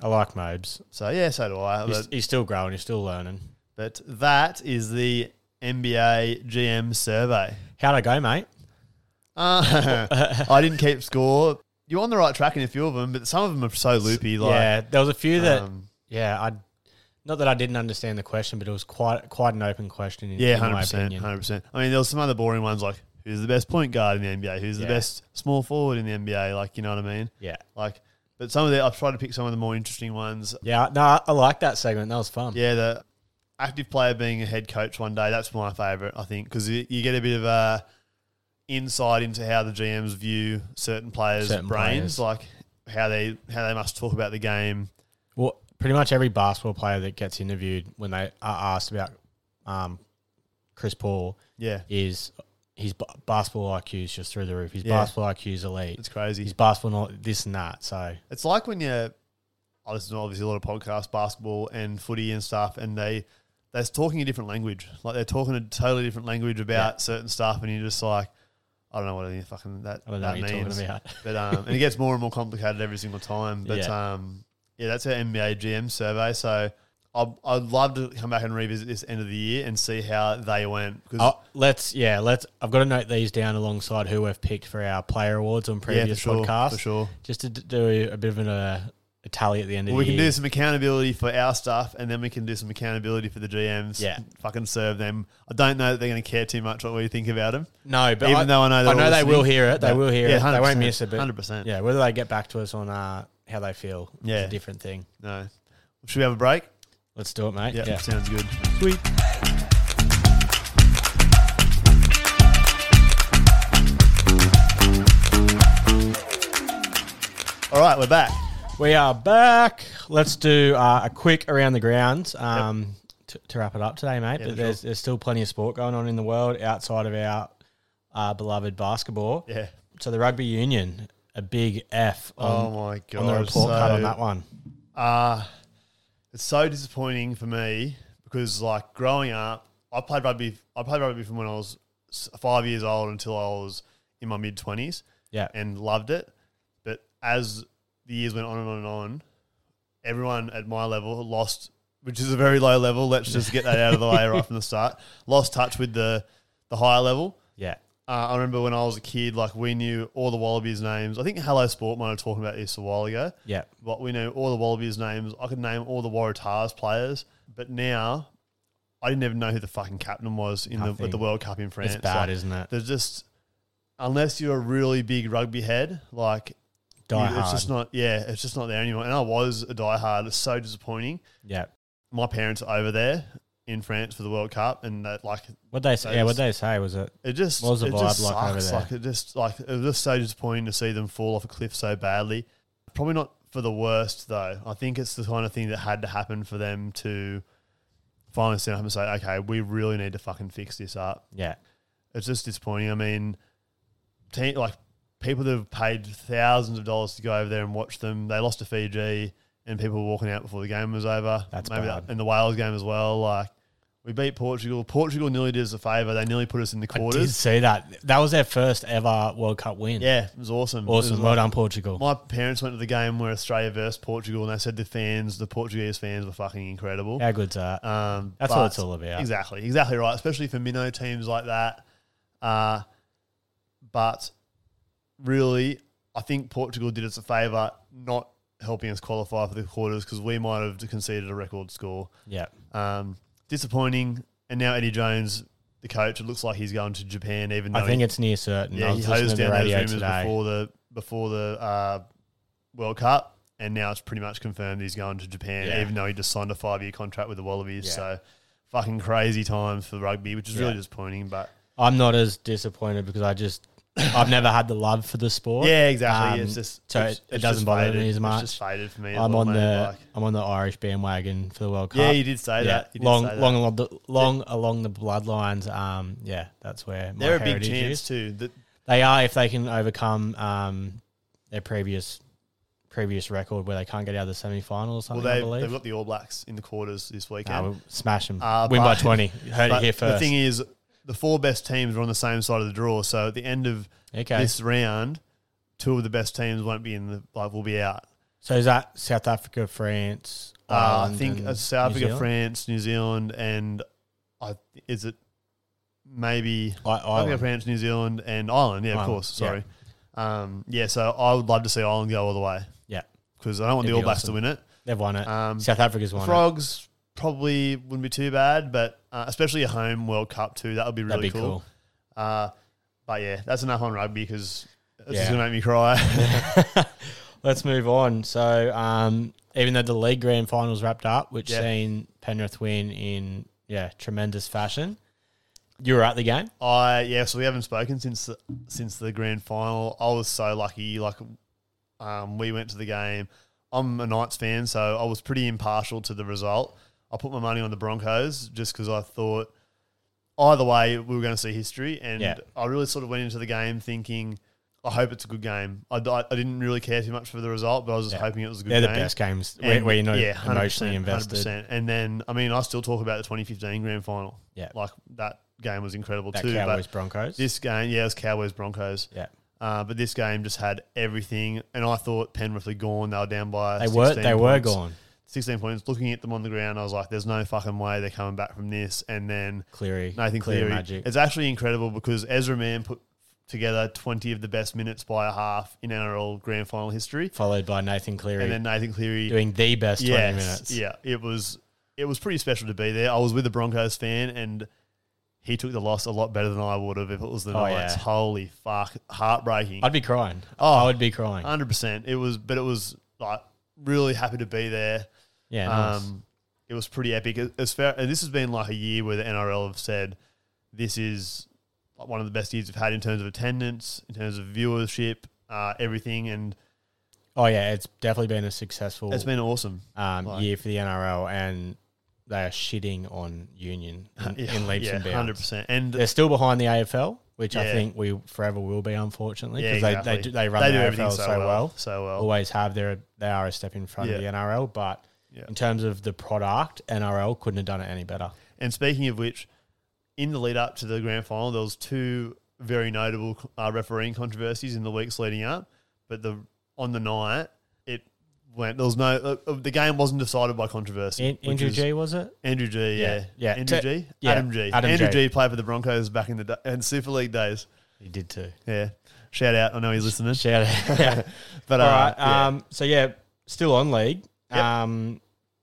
I like Mobes. So yeah, so do I. He's, But, he's still growing. He's still learning. but that is the NBA GM survey. How'd I go, mate? Ah. Uh, I didn't keep score. You're on the right track in a few of them, but some of them are so loopy. Like yeah, there was a few that. um, yeah, I. Not that I didn't understand the question, but it was quite quite an open question. In, yeah, in hundred my percent, opinion. hundred percent. I mean, there was some other boring ones like who's the best point guard in the NBA, who's Yeah. the best small forward in the NBA. Like you know what I mean? Yeah, Like, but some of the I've tried to pick some of the more interesting ones. yeah. No, I, I like that segment. That was fun. Yeah, the active player being a head coach one day, that's my favourite, I think, because you you get a bit of a insight into how the GMs view certain players' Certain brains, players. like how they how they must talk about the game. Well, pretty much every basketball player that gets interviewed when they are asked about um, Chris Paul Yeah, is his b- basketball IQ is just through the roof. His Yeah. basketball IQ is elite. it's crazy. His basketball not this and that. So It's like when you I listen to obviously a lot of podcasts, basketball and footy and stuff, and they they're talking a different language. Like they're talking a totally different language about certain stuff, and you're just like, I don't know what any fucking that I don't know that what you're means. talking about. But um, and it gets more and more complicated every single time. But Yeah. um, yeah, that's our NBA GM survey. So I'd, I'd love to come back and revisit this end of the year and see how they went. Because Oh, let's yeah, let's. I've got to note these down alongside who we've picked for our player awards on yeah, previous for sure, podcasts, for sure. just to d- do a bit of an uh, a tally at the end Well, of we the can year. do some accountability for our stuff, and then we can do some accountability for the GMs. Yeah. fucking serve them. I don't know that they're going to care too much what we think about them, No, but even I, though I know I they're know all they will listening. hear it. They But- will hear yeah, it. They 100%, won't miss it. But Hundred percent. yeah, whether they get back to us on uh, how they feel, Yeah. is a different thing. No. Should we have a break? Let's do it, mate. yeah. sounds good. Sweet. All right, we're back. We are back. Let's do uh, a quick around the grounds um, to, to wrap it up today, mate. Yeah, but for there's, there's still plenty of sport going on in the world outside of our uh, beloved basketball. Yeah. So the rugby union, a big F Oh on, my god. on the report card on that one. Uh, it's so disappointing for me because, like, growing up, I played rugby. I played rugby from when I was s- five years old until I was in my mid twenties, Yeah. and loved it. But as the years went on and on and on, everyone at my level lost, which is a very low level. Let's just get that out of the way right from the start. Lost touch with the the higher level. Yeah. Uh, I remember when I was a kid, like we knew all the Wallabies' names. I think Hello Sport might have talked about this a while ago. Yeah. But we know all the Wallabies' names. I could name all the Waratahs players, but now I didn't even know who the fucking captain was in the, Nothing. at the World Cup in France. It's bad, Like, isn't it? There's just unless you're a really big rugby head, like Die you- hard. it's just not. Yeah, it's just not there anymore. And I was a diehard. It's so disappointing. yeah. My parents are over there in France for the World Cup, and that like What they say? They Yeah. What just- they say was it? it just What was the it just vibe like over sucks. there? Like it just like it was just so disappointing to see them fall off a cliff so badly. Probably not for the worst though. I think it's the kind of thing that had to happen for them to finally stand up and say, "Okay, we really need to fucking fix this up." Yeah. It's just disappointing. I mean, te- like people that have paid thousands of dollars to go over there and watch them, they lost to Fiji, and people were walking out before the game was over. That's bad. and the Wales game as well. Like we beat Portugal. Portugal nearly did us a favour. They nearly put us in the I did quarters. see that. That was their first ever World Cup win. Yeah, it was awesome. It was Awesome. like- Well done, Portugal. my parents went to the game where Australia versus Portugal, and they said the fans, the Portuguese fans, were fucking incredible. How good's that? Um, That's what but- it's all about. Exactly, exactly right. Especially for minnow teams like that. Uh, but really, I think Portugal did us a favour not helping us qualify for the quarters because we might have conceded a record score. Yeah. Um, disappointing. And now Eddie Jones, the coach, it looks like he's going to Japan, even though I he think it's near certain. I yeah, he was listening to hosed the down those radio rumours today. before the before the uh, World Cup, and now it's pretty much confirmed he's going to Japan, Yeah. even though he just signed a five year contract with the Wallabies. Yeah. So fucking crazy times for rugby, which is really Yeah. disappointing. But I'm not as disappointed because I just I've never had the love for the sport. yeah, exactly. Um, it's just so it's- it- it it's doesn't just bother me faded. as much. It's just faded for me. as I'm well, on mate, the like- I'm on the Irish bandwagon for the World Cup. yeah, you did say that. You did long, say that. long, along the, long along the bloodlines. Um, yeah, that's where my They're a big heritage chance is. too. That They are if they can overcome um their previous previous record where they can't get out of the semi final or well, something. I they believe. they've got the All Blacks in the quarters this weekend. Nah, we'll smash them. Uh, Win by but- twenty. Heard But it here first. The thing is, the four best teams are on the same side of the draw. So at the end of okay. this round, two of the best teams won't be in the like will be out. so is that South Africa, France? Uh, I Ireland, think and uh, New South Africa, Zealand? France, New Zealand, and I is it maybe I, South Africa, Ireland. France, New Zealand, and Ireland. Yeah, of Ireland, course. yeah. Sorry. Yeah. Um, yeah, so I would love to see Ireland go all the way Yeah, because I don't want It'd the be All Blacks awesome. to win it. they've won it. Um, South Africa's the won it. Frogs probably wouldn't be too bad, but uh, especially a home World Cup too, that would be really That'd be cool. cool. Uh, but yeah, that's enough on rugby because it's Yeah. just gonna make me cry. Let's move on. So, um, even though the league grand finals wrapped up, which Yeah. seen Penrith win in yeah tremendous fashion, you were at the game. I yeah, so we haven't spoken since the, since the grand final. I was so lucky. Like, um, we went to the game. I'm a Knights fan, so I was pretty impartial to the result. I put my money on the Broncos just because I thought either way we were going to see history, and Yeah. I really sort of went into the game thinking. I hope it's a good game. I, I I didn't really care too much for the result, but I was just Yeah. hoping it was a good They're game. the best games where, And, where you're not yeah, 100%, emotionally invested. 100%. And then, I mean, I still talk about the 2015 grand final. Yeah. Like that game was incredible That too. Cowboys But Broncos. this game, yeah, it was Cowboys Broncos. yeah, Uh, but this game just had everything. And I thought Penrith were gone. They were down they by were 16 they were points. gone. 16 points. Looking at them on the ground, I was like, there's no fucking way they're coming back from this. And then Cleary, Nathan Clear Cleary. magic. It's actually incredible because Ezra Mann put together 20 of the best minutes by a half in NRL grand final history. followed by Nathan Cleary And then Nathan Cleary doing the best twenty Yes, minutes. Yeah, it was it was pretty special to be there. I was with a Broncos fan and he took the loss a lot better than I would have if it was the Oh, Knights. yeah. Holy fuck, heartbreaking. I'd be crying. Oh. I would be crying. Hundred percent. It was, but it was like really happy to be there. yeah, nice. Um, it was pretty epic. As- As far and this has been like a year where the NRL have said this is like one of the best years we've had in terms of attendance, in terms of viewership, uh, everything, and Oh yeah, it's definitely been a successful It's been awesome. um, like- year for the NRL, and they are shitting on Union in, in leaps and hundred bounds. percent. And They're still behind the AFL, which I Yeah. think we forever will be, unfortunately, yeah, because exactly. they, they do, they run the AFL so well. so well. Always have their they are a step in front of the Yeah. NRL, but Yeah. in terms of the product, NRL couldn't have done it any better. And speaking of which, in the lead up to the grand final, there was two very notable uh, refereeing controversies in the weeks leading up. But the on the night, it went. There was no. Uh, uh, the game wasn't decided by controversy. An- which Andrew is- G was it? Andrew G. Yeah. Yeah, yeah. Andrew Te- G. yeah, Adam G. Adam Andrew G. G. played for the Broncos back in the da- and Super League days. He did too. Yeah. Shout out. I know he's listening. Shout out. But uh, All right. yeah. Um, so yeah, still on league. Yep. Um,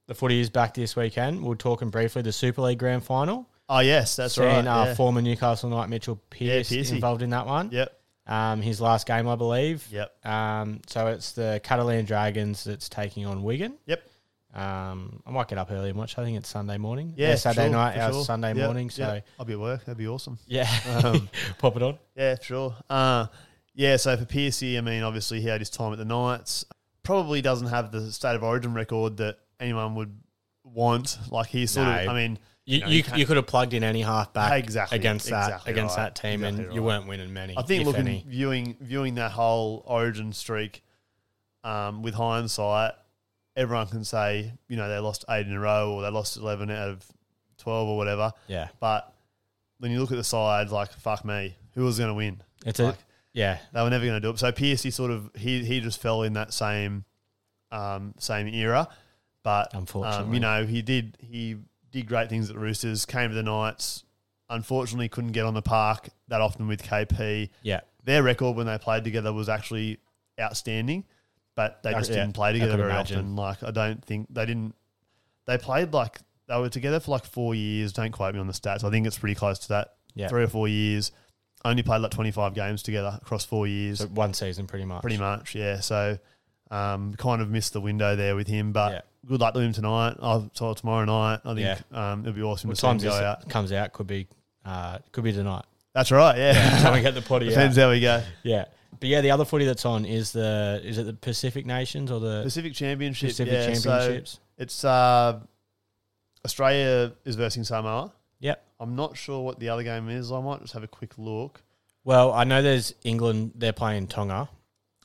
the footy is back this weekend. We're talking briefly the Super League Grand Final. oh yes, that's Seen, right. Uh, yeah. Former Newcastle Knight Mitchell Pearce Pearcey. involved in that one. yep. Um, his last game, I believe. Yep. Um, so it's the Catalan Dragons that's taking on Wigan. Yep. Um, I might get up early and watch. I think it's Sunday morning. Yeah. Yeah, Saturday sure, night, for our sure. Sunday Yep, morning. yep. So I'll be at work. That'd be awesome. yeah, Um, pop it on. Yeah, for sure. Uh, yeah, so for Piercy, I mean, obviously he had his time at the Knights. Probably doesn't have the state of origin record that anyone would want. Like he's sort of, No. I mean, You, No, you you, can't. you could have plugged in any halfback Exactly, against that exactly against right, that team, exactly and you right. weren't winning many. I think if looking any. viewing viewing that whole origin streak um, with hindsight, everyone can say you know they lost eight in a row or they lost eleven out of twelve or whatever. yeah, But when you look at the sides, like fuck me, who was going to win? it's Like, a yeah. they were never going to do it. So Piercy sort of he he just fell in that same um, same era, but um, Unfortunately. you know he did he did great things at the Roosters, came to the Knights. Unfortunately, couldn't get on the park that often with KP. Yeah, Their record when they played together was actually outstanding, but they I- just yeah, didn't play I together could very imagine. often. Like I don't think they didn't. They played like they were together for like four years. Don't quote me on the stats. I think it's pretty close to that. Yeah. three or four years. Only played like twenty five games together across four years. so one season pretty much. Pretty much, yeah. So, um, kind of missed the window there with him, but Yeah. good luck to him tonight. I'll so tomorrow night. I think um, it'll be awesome What to see him time go this out. comes out could be uh, could be tonight. That's right, yeah. Trying to get the potty out. Depends how we go. Yeah, but yeah, the other footy that's on is the is it the Pacific Nations or the Pacific Championship. Pacific yeah, so Championships? it's uh, Australia is versing Samoa. Yep. I'm not sure what the other game is. I might just have a quick look. Well, I know there's England. They're playing Tonga,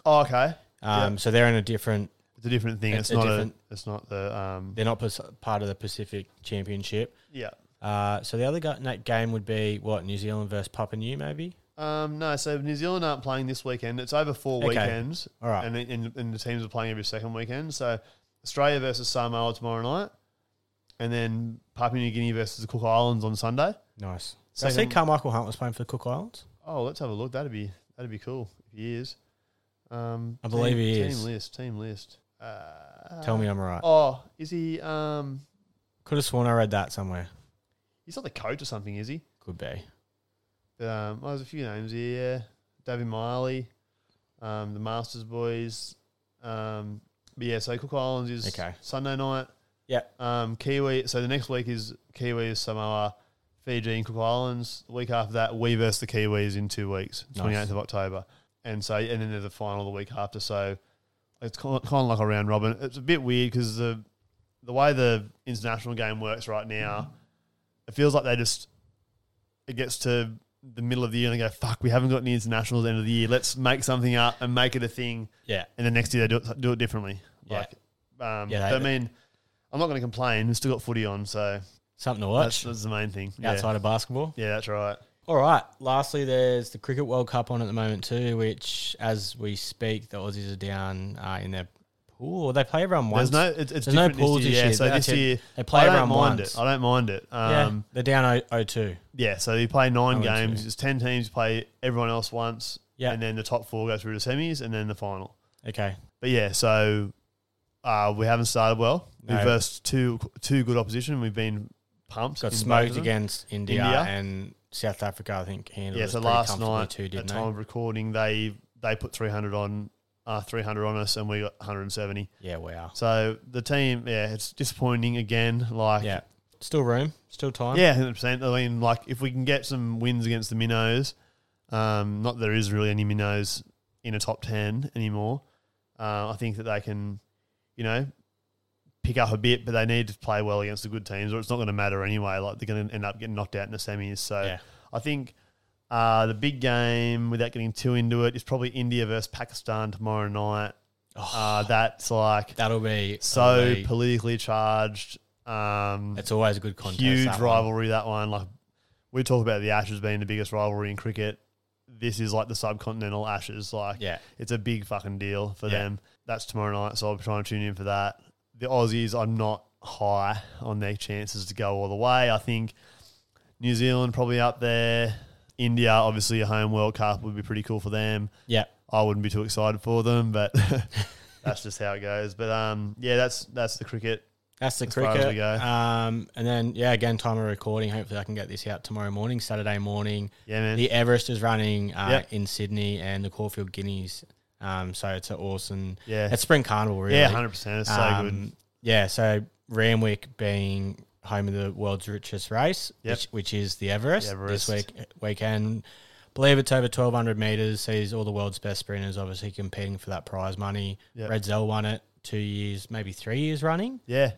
Oh, okay. um, so they're in a different. It's a different thing. It's It's, a not different- a. It's not the. Um, They're not pas- part of the Pacific Championship. yeah. Uh, so the other go- na- game would be what New Zealand versus Papua New maybe. Um, no, so New Zealand aren't playing this weekend. It's over four Okay. weekends. All right. and, and and the teams are playing every second weekend. So Australia versus Samoa tomorrow night, and then Papua New Guinea versus the Cook Islands on Sunday. Nice. So I Second- see Carmichael Hunt was playing for the Cook Islands. Oh, let's have a look. That'd be that'd be cool if he is. Um, I believe team, he team is. list. Team list. Uh, Tell me I'm right. Oh, is he? Um, Could have sworn I read that somewhere. he's not the coach or something, is he? Could be. Um, oh, there's a few names here. yeah. David Miley, um, the Masters boys. Um, but yeah, so Cook Islands is Okay. Sunday night. Yeah. Um, Kiwi. So the next week is Kiwis, Samoa, Fiji, and Cook Islands. The week after that, we versus the Kiwis in two weeks, Nice. 28th of October. And so, and then there's the final the week after. So it's kind of, kind of like a round robin. It's a bit weird because the the way the international game works right now, it feels like they just it gets to the middle of the year and they go, "Fuck, we haven't got any internationals at the end of the year. Let's make something up and make it a thing." Yeah. and the next year they do it, do it differently. Yeah. Like, um, Yeah, they- but I mean, I'm not going to complain. We've still got footy on, so Something to watch that's, that's the main thing. Yeah. outside of basketball. yeah, that's right. All right. Lastly, there's the Cricket World Cup on at the moment too, which, as we speak, the Aussies are down uh, in their pool. They play everyone once. There's no, it's, it's There's no different pools this this year. Yeah, year. so That's this it. year They play I don't around mind once. it. I don't mind it. Um, yeah, they're down 0-2. Yeah, so you play nine Oh, games. okay. It's ten teams. Play everyone else once. Yeah. and then the top four go through to semis, and then the final. Okay. But yeah, so uh, we haven't started well. No. We've versed two two good opposition. We've been pumped. Got in both of smoked them. against India, India. and South Africa. I think handled Yeah, us so pretty last comfortably night too, at didn't time they? of recording, they they put three hundred on uh, three hundred on us, and we got one hundred and seventy. Yeah, wow. So the team, yeah, it's disappointing again. Like Yeah, still room, still time. Yeah, hundred percent. I mean, like if we can get some wins against the minnows, um, not that there is really any minnows in a top ten anymore, Uh, I think that they can, you know, pick up a bit, but they need to play well against the good teams, or it's not going to matter anyway. Like they're going to end up getting knocked out in the semis. So Yeah. I think uh, the big game, without getting too into it, is probably India versus Pakistan tomorrow night. Uh, that's like That'll be so that'll be- politically charged. Um, it's always a good contest. huge that one. rivalry that one. Like we talk about the Ashes being the biggest rivalry in cricket. This is like the subcontinental Ashes. Like Yeah. it's a big fucking deal for Yeah. them. That's tomorrow night, so I'll be trying to tune in for that. The Aussies are not high on their chances to go all the way. I think New Zealand probably up there. India, obviously, a home World Cup would be pretty cool for them. Yeah. I wouldn't be too excited for them, but that's just how it goes. But um, yeah, that's that's the cricket. That's the As far as cricket. we go. Um, and then yeah, again, time of recording. Hopefully, I can get this out tomorrow morning, Saturday morning. Yeah, man. The Everest is running uh, Yep. in Sydney and the Caulfield Guineas. Um, so it's an awesome. Yeah. It's spring carnival, really. Yeah, hundred percent. It's so good. Um, Yeah, so Ramwick being home of the world's richest race, Yep. which, which is the Everest, The this Everest. week believe Believe it's over twelve hundred meters. Sees all the world's best sprinters obviously competing for that prize money. Yep. Red Zell won it two years, maybe three years running. Yeah,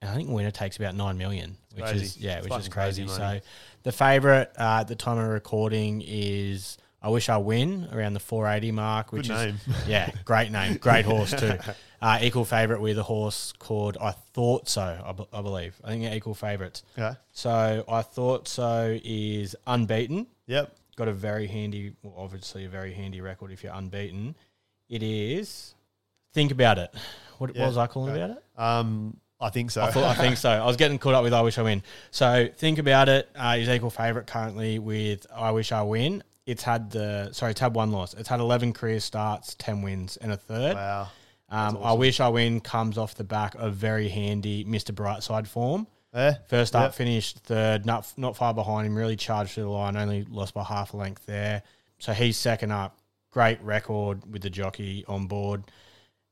And I think winner takes about nine million, which crazy. is yeah, It's which is fucking crazy. crazy so money. the favorite uh, at the time of recording is I wish I win around the four eighty mark, which Good is name. yeah, great name, great horse too. Uh, equal favorite with a horse called I thought so, I, b- I believe. I think they're equal favorites. Okay. So I thought so is unbeaten. Yep. Got a very handy, well, obviously a very handy record if you're unbeaten. It is. Think about it. What, what Yeah, was I calling okay. about it? Um, I think so. I thought I think so. I was getting caught up with I Wish I Win. So think about it. Uh, he's equal favourite currently with I Wish I Win. It's had the sorry, it's had one loss. It's had eleven career starts, ten wins, and a third. wow. um, I Wish I Win comes off the back of very handy Mr. Brightside form. Yeah. First up, Yep. finished third, not not far behind him. Really charged to the line, only lost by half a length there. So he's second up. Great record with the jockey on board,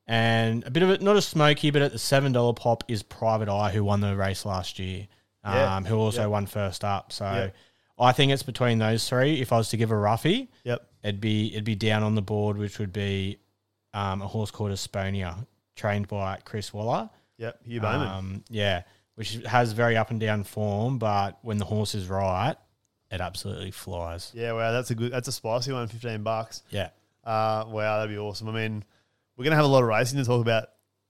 and a bit of it not a smoky, but at the seven dollar pop is Private Eye, who won the race last year, um, Yeah. who also Yep. won first up. So Yep. I think it's between those three. If I was to give a roughie, Yep. it'd be it'd be down on the board, which would be um, a horse called Asponia, trained by Chris Waller. Yep. Hugh Bowman. Um, yeah, which has very up and down form, but when the horse is right, it absolutely flies. yeah. Wow. That's a good. That's a spicy one. Fifteen bucks. Yeah, Uh, wow. That'd be awesome. I mean, we're gonna have a lot of racing to talk about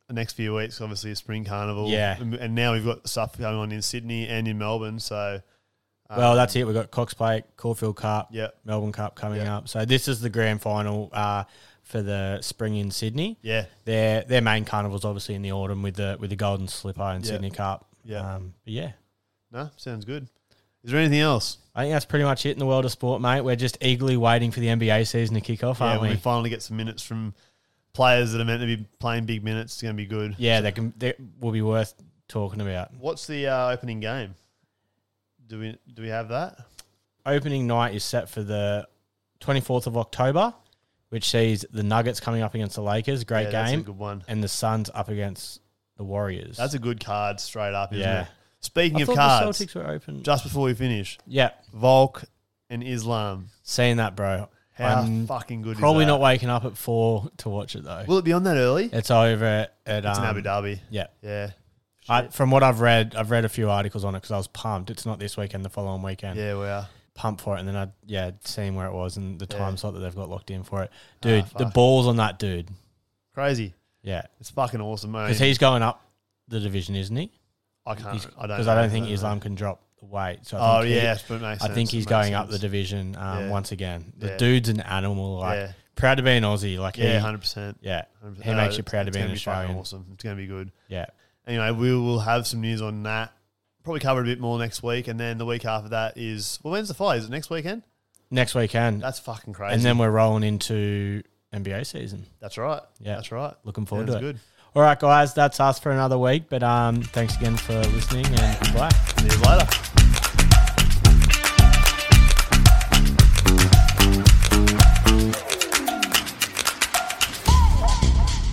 the next few weeks. Obviously, spring carnival. Yeah. And, and now we've got stuff going on in Sydney and in Melbourne. So. um, well, that's it. We've got Cox Plate, Caulfield Cup, Yep. Melbourne Cup coming Yeah. up. So this is the grand final uh, for the spring in Sydney. Yeah. Their their main carnival's obviously in the autumn with the with the Golden Slipper and Yeah. Sydney Cup. Yeah. um, but yeah. No. Sounds good. Is there anything else? I think that's pretty much it in the world of sport, mate. We're just eagerly waiting for the NBA season to kick off, Yeah. aren't When we we? finally get some minutes from players that are meant to be playing big minutes, it's gonna be good. Yeah, they can. They will be worth talking about. What's the uh, opening game? Do we do we have that? opening night is set for the 24th of October, which sees the Nuggets coming up against the Lakers. Great Yeah, That's a game. good one. and the Suns up against the Warriors. That's a good card straight up, isn't Yeah. it? Speaking I of thought cards, the Celtics were open. just before we finish, yeah, Volk and Islam. seeing that, bro. How I'm fucking good probably is that? not waking up at four to watch it though. Will it be on that early? it's over at, at it's in um, Abu Dhabi. yeah. Yeah. I, from what I've read, I've read a few articles on it because I was pumped. It's not this weekend, the following weekend. Yeah, we are. Pumped for it, and then I yeah, seen where it was and the Yeah. Ah, time slot that they've got locked in for it. Dude, the fuck. balls on that dude. Crazy. Yeah, It's fucking awesome, mate. Because he's going up the division, isn't he? I can't. I don't. Because I don't know. think Islam can drop the weight. So I Oh think he- yeah, but it makes I sense. think he's It going makes up the sense. division um, Yeah. once again. The Yeah. dude's an animal. Like Yeah. proud to be an Aussie. Like Yeah, he, hundred percent. yeah, he makes you proud to be an Australian. Awesome. It's going to be good. Yeah, anyway, we will have some news on that. Probably cover it a bit more next week, and then the week after that is well, when's the fly? Is it next weekend? next weekend, That's fucking crazy. and then we're rolling into NBA season. that's right. Yeah. that's right. Looking forward Sounds to it. good. All right, guys, that's us for another week. But um, thanks again for listening, and goodbye. See you later.